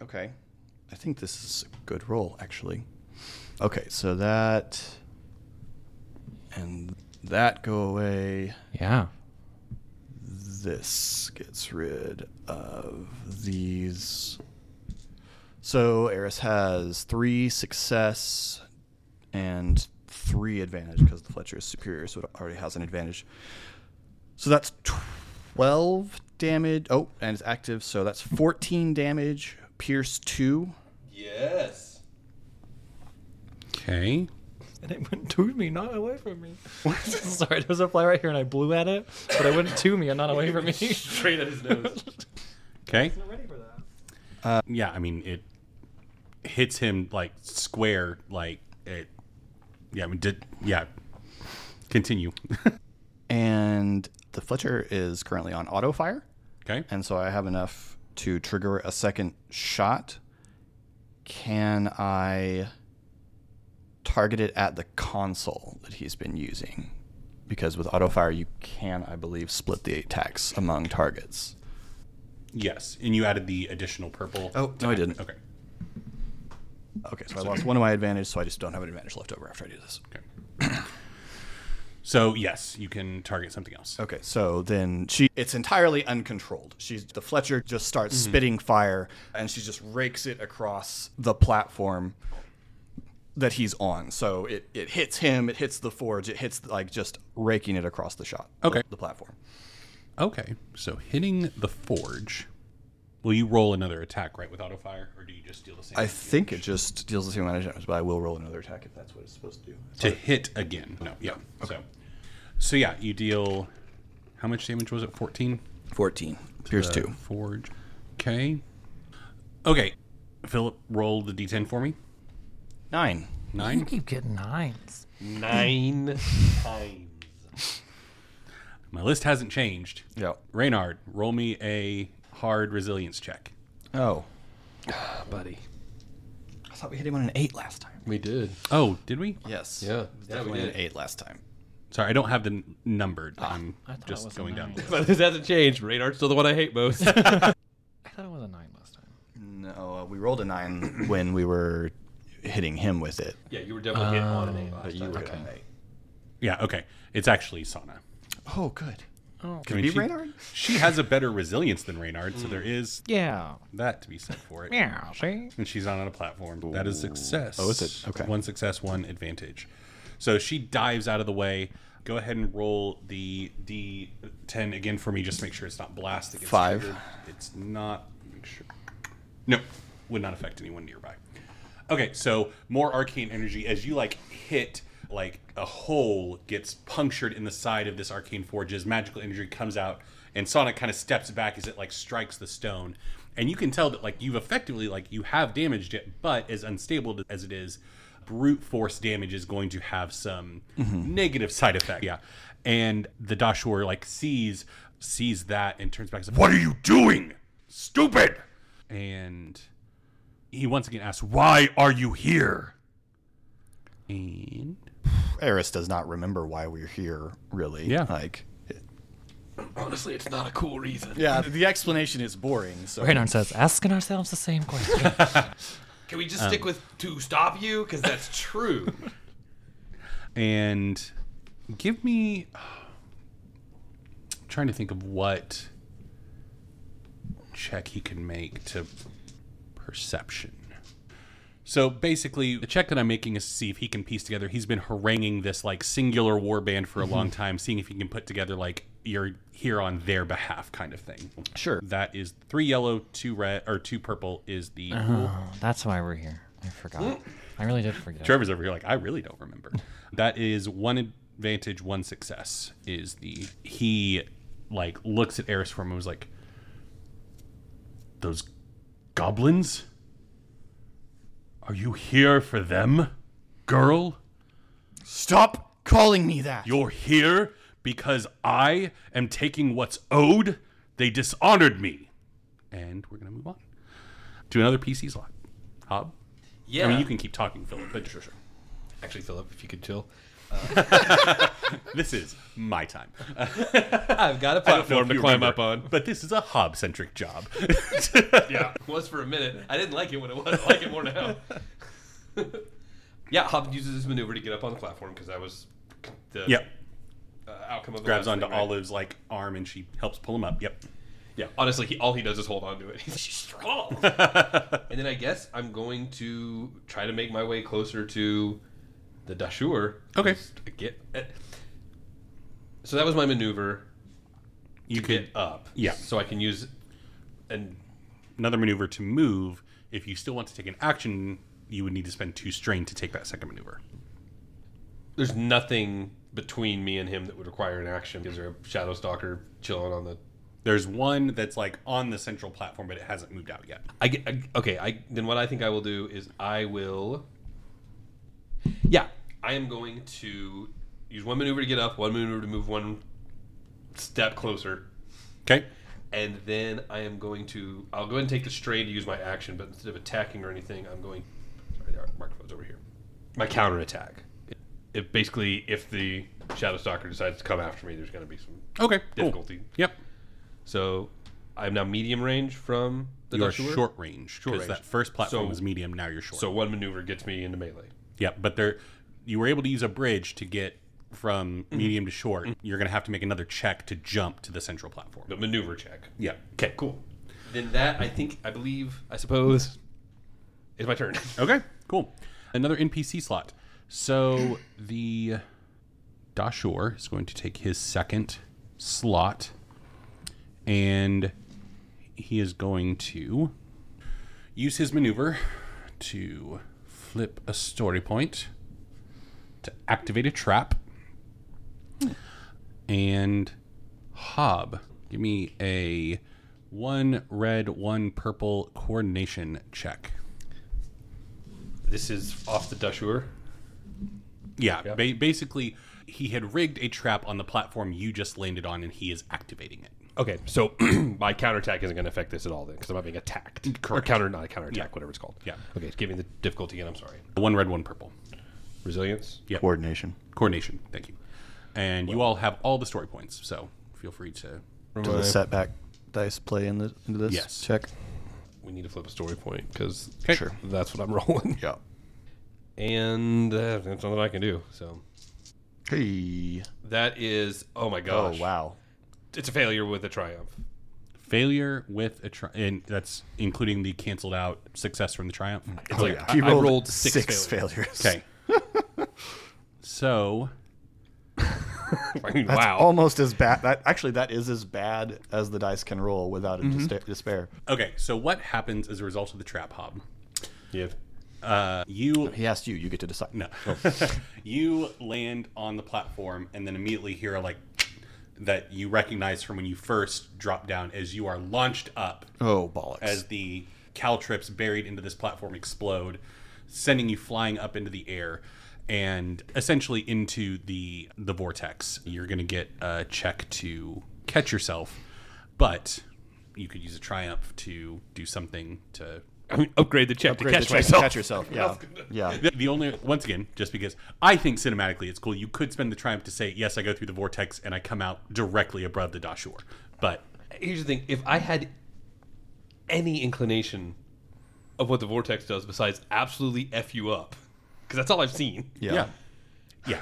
Speaker 4: okay. I think this is a good roll, actually. Okay, so that and that go away.
Speaker 5: Yeah.
Speaker 4: This gets rid of these. So Eris has three success and three advantage because the Fletcher is superior, so it already has an advantage. So that's 12 damage. Oh, and it's active, so that's 14 damage. Pierce 2.
Speaker 6: Yes.
Speaker 7: Okay.
Speaker 5: And it went to me, not away from me. Sorry, there's a fly right here and I blew at it, but it went to me and not away from me.
Speaker 6: Straight at his nose.
Speaker 7: Okay.
Speaker 5: ready for that.
Speaker 7: Yeah, I mean it hits him like square, like it. Yeah, I mean did yeah. Continue.
Speaker 4: And the Fletcher is currently on auto fire.
Speaker 7: okay.
Speaker 4: and so I have enough to trigger a second shot. Can I target it at the console that he's been using? Because with auto fire, you can, I believe, split the attacks among targets.
Speaker 7: Yes, and you added the additional purple.
Speaker 4: Oh, no, I didn't.
Speaker 7: Okay.
Speaker 4: Okay, so I lost one of my advantage, so I just don't have an advantage left over after I do this.
Speaker 7: Okay. so yes, you can target something else.
Speaker 4: Okay, so then she it's entirely uncontrolled. She's the Fletcher just starts spitting fire and she just rakes it across the platform that he's on. So it, it hits him, it hits the forge, it hits like just raking it across the shot.
Speaker 7: Okay.
Speaker 4: The platform.
Speaker 7: Okay, so hitting the forge. Will you roll another attack right with auto fire, or do you just deal the same?
Speaker 4: I think it just deals the same amount of damage, but I will roll another attack if that's what it's supposed to do.
Speaker 7: to hit again. No, yeah. So, so yeah, you deal. How much damage was it? Fourteen.
Speaker 4: Fourteen. Pierce
Speaker 7: Uh,
Speaker 4: two.
Speaker 7: Forge. Okay. Okay. Philip, roll the d10 for me.
Speaker 4: Nine.
Speaker 7: Nine.
Speaker 2: keep getting nines.
Speaker 6: Nine times.
Speaker 7: My list hasn't changed.
Speaker 4: Yeah.
Speaker 7: Reynard, roll me a hard resilience check.
Speaker 4: Oh.
Speaker 6: Buddy.
Speaker 4: I thought we hit him on an eight last time.
Speaker 8: We did.
Speaker 7: Oh, did we?
Speaker 4: Yes.
Speaker 8: Yeah.
Speaker 4: Definitely an eight last time.
Speaker 7: Sorry, I don't have the n- numbered. I'm
Speaker 2: I thought it
Speaker 7: just
Speaker 2: was a
Speaker 7: going down.
Speaker 2: nine.
Speaker 7: the list.
Speaker 6: But this hasn't changed. Radar's still the one I hate most.
Speaker 2: I thought it was a nine last time.
Speaker 4: No, uh, we rolled a nine when we were hitting him with it.
Speaker 6: yeah, you were definitely hit on an eight. last time.
Speaker 7: Yeah. Okay. It's actually Sana.
Speaker 4: Oh, good.
Speaker 2: Oh.
Speaker 7: I mean,
Speaker 4: Be
Speaker 7: she,
Speaker 4: Reynard?
Speaker 7: she has a better resilience than Reynard, so there is
Speaker 2: Yeah.
Speaker 7: that to be said for it.
Speaker 2: Yeah, see?
Speaker 7: and she's not on a platform. That is success.
Speaker 4: Oh, is it? Okay.
Speaker 7: One success, one advantage. So she dives out of the way. Go ahead and roll the D10 again for me. Just to make sure it's not blast. That gets
Speaker 4: Five.
Speaker 7: triggered. It's not. Make sure. No, would not affect anyone nearby. Okay, so more arcane energy as you like hit like a hole gets punctured in the side of this arcane forge as magical energy comes out and Sonic kind of steps back as it like strikes the stone and you can tell that like you've effectively like you have damaged it but as unstable as it is brute force damage is going to have some negative side effect yeah and the Dashur like sees sees that and turns back and says what are you doing stupid and he once again asks, "Why are you here?" And
Speaker 4: Eris does not remember why we're here, really.
Speaker 7: Yeah.
Speaker 4: Like,
Speaker 6: Honestly, it's not a cool reason.
Speaker 4: yeah, the explanation is boring. So
Speaker 2: Raynard says, asking ourselves the same question.
Speaker 6: Can we just stick with to stop you? Because that's true.
Speaker 7: and give me. I'm trying to think of what check he can make to perception. So basically, the check that I'm making is to see if he can piece together. He's been haranguing this like singular warband for a long time, seeing if he can put together like you're here on their behalf kind of thing.
Speaker 4: Sure.
Speaker 7: That is three yellow, two red, or two purple is the rule.
Speaker 2: oh, that's why we're here. I forgot. I really did forget.
Speaker 7: Trevor's over here, like, I really don't remember. That is one advantage, one success. Is the he like looks at Eris for him and was like, Those goblins? Are you here for them, girl?
Speaker 4: stop calling me that.
Speaker 7: You're here because I am taking what's owed. They dishonored me. And we're gonna move on. To another PC slot. Hob?
Speaker 6: Yeah.
Speaker 7: I mean you can keep talking, Philip, but sure sure.
Speaker 8: Actually, Philip, if you could chill.
Speaker 7: This is my time.
Speaker 6: I've got a
Speaker 7: platform
Speaker 6: platform.
Speaker 7: to climb up on. But this is a hob centric job.
Speaker 6: Yeah, it was for a minute. I didn't like it when it was. I like it more now. yeah, Hob uses his maneuver to get up on the platform because I was the
Speaker 7: Yep.
Speaker 6: uh, outcome of the
Speaker 7: grabs
Speaker 6: last
Speaker 7: onto
Speaker 6: thing, right?
Speaker 7: Olive's like arm and she helps pull him up. Yep.
Speaker 6: Yeah, honestly, he, all he does is hold on to it. He's strong. and then I guess I'm going to try to make my way closer to the Dashur.
Speaker 7: Okay.
Speaker 6: Just to Get. eh. So that was my maneuver.
Speaker 7: You
Speaker 6: to
Speaker 7: could
Speaker 6: get up.
Speaker 7: yeah.
Speaker 6: So I can use, and
Speaker 7: another maneuver to move. If you still want to take an action, you would need to spend two strain to take that second maneuver.
Speaker 6: there's nothing between me and him that would require an action. Is there a Shadow Stalker chilling on the?
Speaker 7: There's one that's like on the central platform, but it hasn't moved out yet.
Speaker 6: I get I, okay. I then what I think I will do is I will. Yeah, I am going to use one maneuver to get up, one maneuver to move one step closer,
Speaker 7: Okay.
Speaker 6: and then I am going to. I'll go ahead and take the strain to use my action, but instead of attacking or anything, I'm going. Sorry, the microphone's over here. My counter attack. If basically, if the Shadow Stalker decides to come after me, there's going to be some
Speaker 7: Okay. cool.
Speaker 6: difficulty.
Speaker 7: Yep.
Speaker 6: So I'm now medium range from the
Speaker 7: You're
Speaker 6: Dashur.
Speaker 7: short range
Speaker 6: Short
Speaker 7: because
Speaker 6: range.
Speaker 7: that first platform
Speaker 6: So-
Speaker 7: was medium. Now you're short.
Speaker 6: So one maneuver gets me into melee.
Speaker 7: yep. But there, you were able to use a bridge to get from medium to short. You're gonna have to make another check to jump to the central platform.
Speaker 6: The maneuver check.
Speaker 7: Yeah.
Speaker 6: Okay, cool. Then that I think I believe I suppose is my turn.
Speaker 7: Okay, cool. Another NPC slot. So the Dashur is going to take his second slot, and he is going to use his maneuver to flip a story point to activate a trap. And Hob, give me a one red, one purple coordination check.
Speaker 6: this is off the Dashur.
Speaker 7: Yeah, ba- basically, he had rigged a trap on the platform you just landed on, and he is activating it.
Speaker 6: Okay, so my counterattack isn't going to affect this at all then, because I'm not being attacked. Or counter, not a counterattack,
Speaker 7: Yeah.
Speaker 6: whatever it's called.
Speaker 7: Yeah.
Speaker 6: Okay, give me the difficulty again. I'm sorry.
Speaker 7: One red, one purple.
Speaker 6: Resilience.
Speaker 7: Yep.
Speaker 4: Coordination.
Speaker 7: Coordination. Thank you. And you all have all the story points, so feel free to.
Speaker 4: Does the setback dice play in the, into this
Speaker 7: Yes.
Speaker 4: check?
Speaker 6: We need to flip a story point because
Speaker 4: Sure.
Speaker 6: that's what I'm rolling.
Speaker 4: Yeah.
Speaker 6: And uh, that's all that I can do. So
Speaker 4: Hey.
Speaker 6: that is oh my gosh.
Speaker 4: Oh wow.
Speaker 6: It's a failure with a triumph.
Speaker 7: Failure with a tri- and that's including the canceled out success from the triumph.
Speaker 6: It's
Speaker 4: Oh,
Speaker 6: like I,
Speaker 4: You
Speaker 6: I rolled six, failures.
Speaker 4: failures.
Speaker 7: Okay. so
Speaker 6: I mean,
Speaker 4: That's
Speaker 6: wow.
Speaker 4: almost as bad. That actually, that is as bad as the dice can roll without a dista- despair.
Speaker 7: okay, so what happens as a result of the trap, Hob?
Speaker 6: yeah.
Speaker 7: Uh, you
Speaker 4: He asked you. You get to decide.
Speaker 7: No. you land on the platform and then immediately hear a, like that you recognize from when you first drop down as you are launched up
Speaker 4: Oh bollocks.
Speaker 7: as the caltrips buried into this platform explode, sending you flying up into the air and essentially into the the vortex. You're gonna get a check to catch yourself, but you could use a triumph to do something to
Speaker 6: I mean, upgrade the check
Speaker 4: Great
Speaker 6: to catch
Speaker 4: to
Speaker 6: myself.
Speaker 4: Catch yourself. Yeah. yeah.
Speaker 7: The, the only once again, just because I think cinematically it's cool, you could spend the triumph to say, "Yes, I go through the vortex and I come out directly above the Dashur." But
Speaker 6: Here's the thing: if I had any inclination of what the vortex does, besides absolutely f you up, because that's all I've seen,
Speaker 4: Yeah.
Speaker 7: yeah, yeah,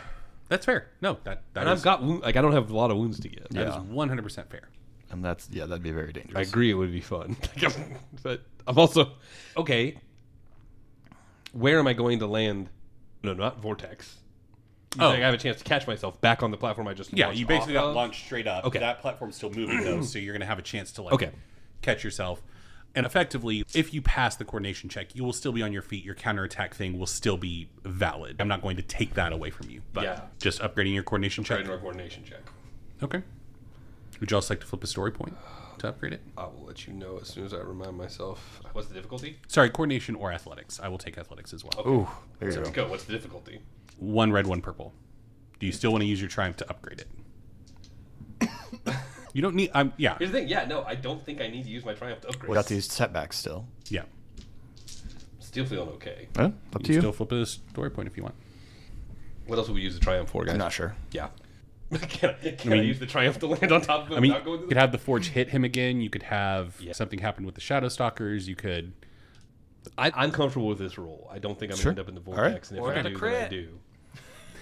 Speaker 7: that's fair. No, that that
Speaker 6: and I've got wo- like I don't have a lot of wounds to get.
Speaker 4: Yeah.
Speaker 7: one hundred percent fair.
Speaker 4: And that's yeah. That'd be very
Speaker 6: I
Speaker 4: dangerous.
Speaker 6: agree it would be fun, but I'm also okay. Where am I going to land? No, not vortex. You
Speaker 7: Oh.
Speaker 6: think I have a chance to catch myself back on the platform I just
Speaker 7: Yeah,
Speaker 6: launched
Speaker 7: you basically
Speaker 6: off
Speaker 7: got
Speaker 6: of?
Speaker 7: launched straight up.
Speaker 6: Okay.
Speaker 7: that platform's still moving though, so you're gonna have a chance to like
Speaker 6: Okay.
Speaker 7: catch yourself. And effectively, if you pass the coordination check, you will still be on your feet. Your counterattack thing will still be valid. I'm not going to take that away from you, but
Speaker 6: Yeah.
Speaker 7: just upgrading your coordination
Speaker 6: Try
Speaker 7: check.
Speaker 6: to do a coordination check.
Speaker 7: Okay. Would you also like to flip a story point to upgrade it?
Speaker 6: I will let you know as soon as I remind myself. What's the difficulty?
Speaker 7: Sorry, coordination or athletics. I will take athletics as well.
Speaker 4: Ooh. There you
Speaker 6: Let's
Speaker 4: go.
Speaker 6: go. What's the difficulty?
Speaker 7: One red, one purple. Do you still want to use your triumph to upgrade it? you don't need. I'm yeah,
Speaker 6: Here's the thing. Yeah, no, I don't think I need to use my triumph to upgrade.
Speaker 4: We got these setbacks still.
Speaker 7: yeah.
Speaker 6: Still feeling okay.
Speaker 4: Huh? Up to
Speaker 7: You
Speaker 4: you.
Speaker 7: still flip a story point if you want.
Speaker 6: What else would we use the triumph for, guys?
Speaker 4: I'm not sure.
Speaker 6: Yeah. can I, can I, use the triumph to land on top of him
Speaker 7: I mean,
Speaker 6: without going
Speaker 7: you
Speaker 6: to
Speaker 7: could
Speaker 6: the?
Speaker 7: have the forge hit him again. You could have something happen with the shadow stalkers. You could.
Speaker 6: I, I'm comfortable with this rule. I don't think I'm
Speaker 4: Sure.
Speaker 6: gonna end up in the
Speaker 4: All right.
Speaker 6: vortex, and if I do,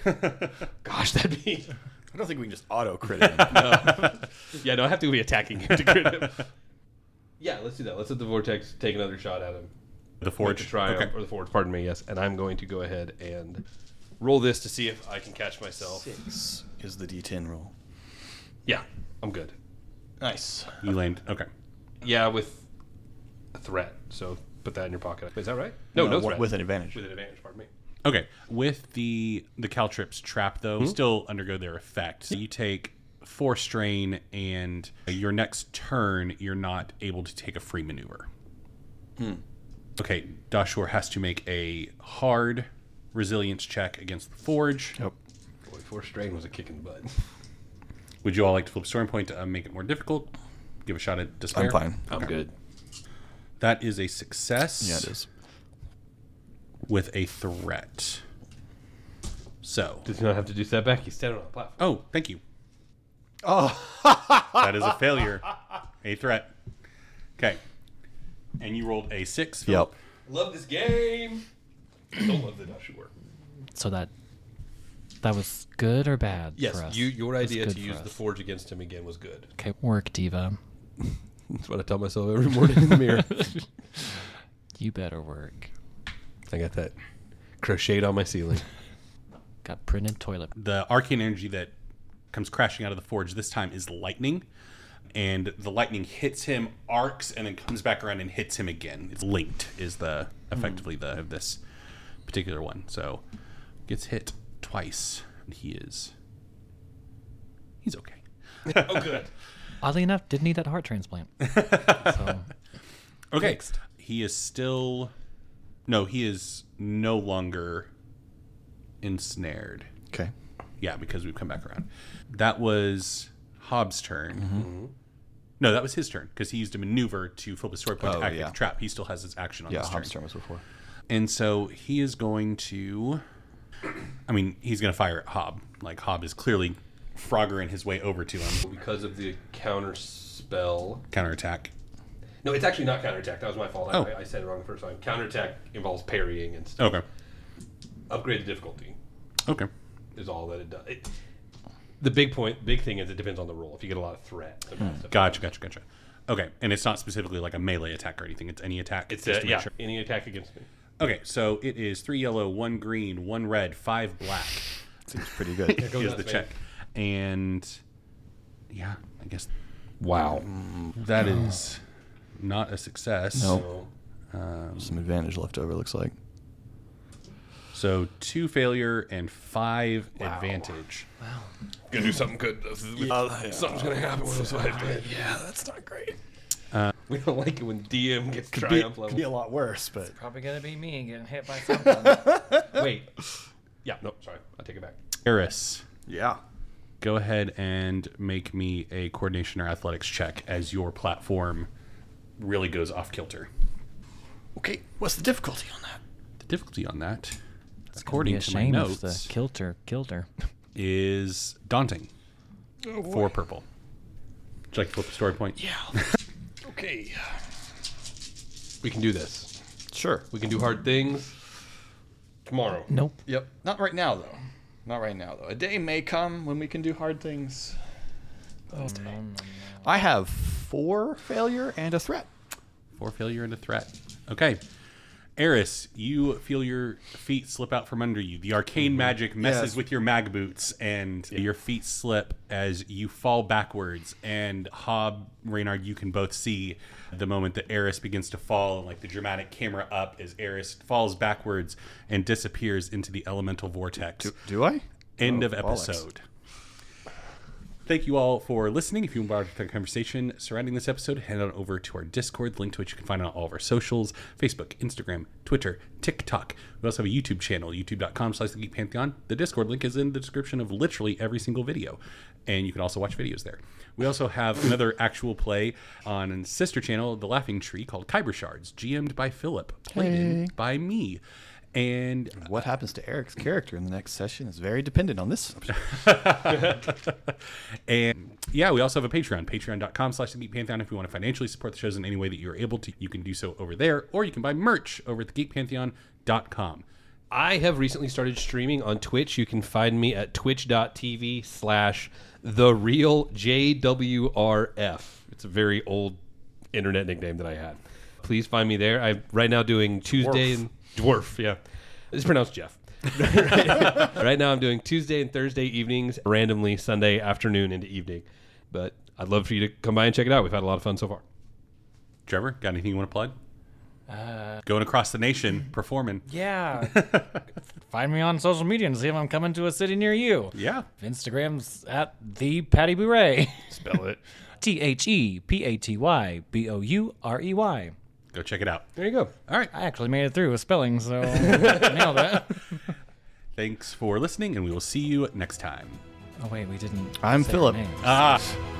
Speaker 6: then I do. Gosh, that'd be
Speaker 4: I don't think we can just auto crit him.
Speaker 6: Yeah, no, I have to be attacking him to crit him. yeah, let's do that. Let's let the vortex take another shot at him.
Speaker 7: The
Speaker 6: Forge
Speaker 7: forge.
Speaker 6: triumph
Speaker 7: Okay.
Speaker 6: or the forge. Pardon me. Yes, and I'm going to go ahead and roll this to see if I can catch myself.
Speaker 4: Six is the D10 roll.
Speaker 6: Yeah, I'm good.
Speaker 4: Nice.
Speaker 7: You land. Okay.
Speaker 6: Yeah, with a threat. So put that in your pocket. Is that right? No, no,
Speaker 4: one-
Speaker 6: threat.
Speaker 4: Uh, with an advantage.
Speaker 6: With an advantage. Pardon me.
Speaker 7: Okay. With the the caltrips trap though,
Speaker 4: Hmm?
Speaker 7: still undergo their effect. So you take four strain, and your next turn you're not able to take a free maneuver.
Speaker 4: Hmm.
Speaker 7: Okay, Dashur has to make a hard resilience check against the forge.
Speaker 6: Boy, four strain was a kick in the butt.
Speaker 7: Would you all like to flip story point to uh, make it more difficult? Give a shot at despair.
Speaker 4: I'm fine.
Speaker 8: I'm good.
Speaker 7: That is a success.
Speaker 4: Yeah, it is.
Speaker 7: With a threat. So.
Speaker 6: Does he not have to do setback? He's standing on a platform.
Speaker 7: Oh, thank you. Oh. that is a failure. A threat. Okay. And you rolled a six. Philip.
Speaker 4: Yep.
Speaker 6: Love this game. Don't love the Dashur.
Speaker 1: So that that was good or bad
Speaker 6: Yes,
Speaker 1: for us?
Speaker 6: you, your
Speaker 1: That's
Speaker 6: idea
Speaker 1: good
Speaker 6: to
Speaker 1: for
Speaker 6: use
Speaker 1: us.
Speaker 6: the forge against him again was good.
Speaker 1: Okay, work, Diva.
Speaker 6: That's what I tell myself every morning in the mirror.
Speaker 1: You better work.
Speaker 8: I got that crocheted on my ceiling.
Speaker 1: Got printed toilet.
Speaker 7: The arcane energy that comes crashing out of the forge this time is lightning. And the lightning hits him, arcs, and then comes back around and hits him again. It's linked is the effectively the of this particular one. So gets hit twice. And he is he's okay.
Speaker 6: oh, good.
Speaker 1: Oddly enough, didn't need that heart transplant. so
Speaker 7: Okay. He is still. No, he is no longer ensnared.
Speaker 4: Okay.
Speaker 7: Yeah, because we've come back around. That was Hobbs' turn.
Speaker 4: Mm-hmm.
Speaker 7: No, that was his turn because he used a maneuver to flip a sword point
Speaker 4: Oh,
Speaker 7: to activate
Speaker 4: yeah.
Speaker 7: the trap. He still has his action on
Speaker 4: Yeah,
Speaker 7: his
Speaker 4: Hobbs'
Speaker 7: turn.
Speaker 4: turn was before.
Speaker 7: And so he is going to. I mean, he's going to fire at Hob. Like, Hob is clearly froggering his way over to him.
Speaker 6: Because of the counter spell.
Speaker 7: Counterattack.
Speaker 6: No, it's actually not counterattack. That was my fault. I-
Speaker 7: Oh.
Speaker 6: I, I said it wrong the first time. Counterattack involves parrying and stuff.
Speaker 7: Okay.
Speaker 6: Upgrade the difficulty
Speaker 7: Okay.
Speaker 6: is all that it does. It, the big point, big thing is it depends on the roll. If you get a lot of threat, sometimes stuff-
Speaker 7: Gotcha, gotcha, gotcha. Okay. And it's not specifically like a melee attack or anything, it's any attack.
Speaker 6: it's
Speaker 7: just
Speaker 6: a,
Speaker 7: to make
Speaker 6: yeah,
Speaker 7: sure.
Speaker 6: any attack against me.
Speaker 7: Okay, so it is three yellow, one green, one red, five black.
Speaker 4: Seems pretty good.
Speaker 6: Go
Speaker 7: Is the
Speaker 6: nuts,
Speaker 7: check,
Speaker 6: man.
Speaker 7: and yeah, I guess
Speaker 6: Wow.
Speaker 7: that is not a success.
Speaker 6: So
Speaker 4: Some advantage left over, looks like.
Speaker 7: So two failure and five advantage.
Speaker 6: gonna do something good. Something's gonna happen with this.
Speaker 2: Yeah, that's not great.
Speaker 6: We don't like it when DM gets triumph level.
Speaker 4: a lot worse, but
Speaker 1: probably gonna be me getting hit by something.
Speaker 6: Wait. Yeah. No. Sorry. I take it back.
Speaker 7: Eris,
Speaker 4: yeah.
Speaker 7: go ahead and make me a coordination or athletics check as your platform really goes off kilter.
Speaker 4: Okay, what's the difficulty on that?
Speaker 7: The difficulty on that,
Speaker 1: Be
Speaker 7: according
Speaker 1: a
Speaker 7: to my
Speaker 1: shame if the
Speaker 7: notes,
Speaker 1: kilter killed her.
Speaker 7: is daunting. Four purple. Would you like to flip a story point? Yeah.
Speaker 6: Okay. We can do this.
Speaker 4: Sure.
Speaker 6: We can do hard things tomorrow.
Speaker 1: Nope.
Speaker 4: Yep. Not right now, though. Not right now, though. A day may come when we can do hard things. Mm. I have four failure and a threat.
Speaker 7: Four failure and a threat. Okay. Eris, you feel your feet slip out from under you. The arcane magic messes
Speaker 4: Yes.
Speaker 7: with your mag boots, and your feet slip as you fall backwards. And Hob, Reynard, you can both see the moment that Eris begins to fall, and like the dramatic camera up as Eris falls backwards and disappears into the elemental vortex.
Speaker 4: Do I?
Speaker 7: End
Speaker 4: Oh,
Speaker 7: of
Speaker 4: bollocks.
Speaker 7: episode. Thank you all for listening. If you want to part of the conversation surrounding this episode, head on over to our Discord, the link to which you can find on all of our socials Facebook, Instagram, Twitter, TikTok. We also have a YouTube channel, youtube.com slash the Geek Pantheon. The Discord link is in the description of literally every single video, and you can also watch videos there. We also have another actual play on a sister channel, The Laughing Tree, called Kyber Shards, GM'd by Philip, played in by me. And
Speaker 4: What happens to Eric's character in the next session is very dependent on this.
Speaker 7: And yeah, we also have a Patreon, patreon.com slash the Geek Pantheon. If you want to financially support the shows in any way that you're able to, you can do so over there, or you can buy merch over at thegeekpantheon.com.
Speaker 6: I have recently started streaming on Twitch. You can find me at twitch.tv slash the real JWRF. It's a very old internet nickname that I had. Please find me there. I'm right now doing Tuesday and Dwarf, yeah. It's pronounced Jeff. right now I'm doing Tuesday and Thursday evenings, randomly Sunday afternoon into evening. But I'd love for you to come by and check it out. We've had a lot of fun so far.
Speaker 7: Trevor, got anything you want to plug? Going across the nation, performing.
Speaker 5: Yeah. Find me on social media and see if I'm coming to a city near you.
Speaker 7: Yeah.
Speaker 5: Instagram's at the Patty Bure.
Speaker 4: Spell it.
Speaker 5: T H E P A T Y B O U R E Y.
Speaker 7: Go check it out.
Speaker 6: There you go.
Speaker 7: All right.
Speaker 5: I actually made it through with spelling, so nailed it.
Speaker 7: Thanks for listening, and we will see you next time.
Speaker 5: Oh wait, we didn't.
Speaker 4: I'm
Speaker 5: say our
Speaker 4: Philip.
Speaker 5: names.
Speaker 7: Ah.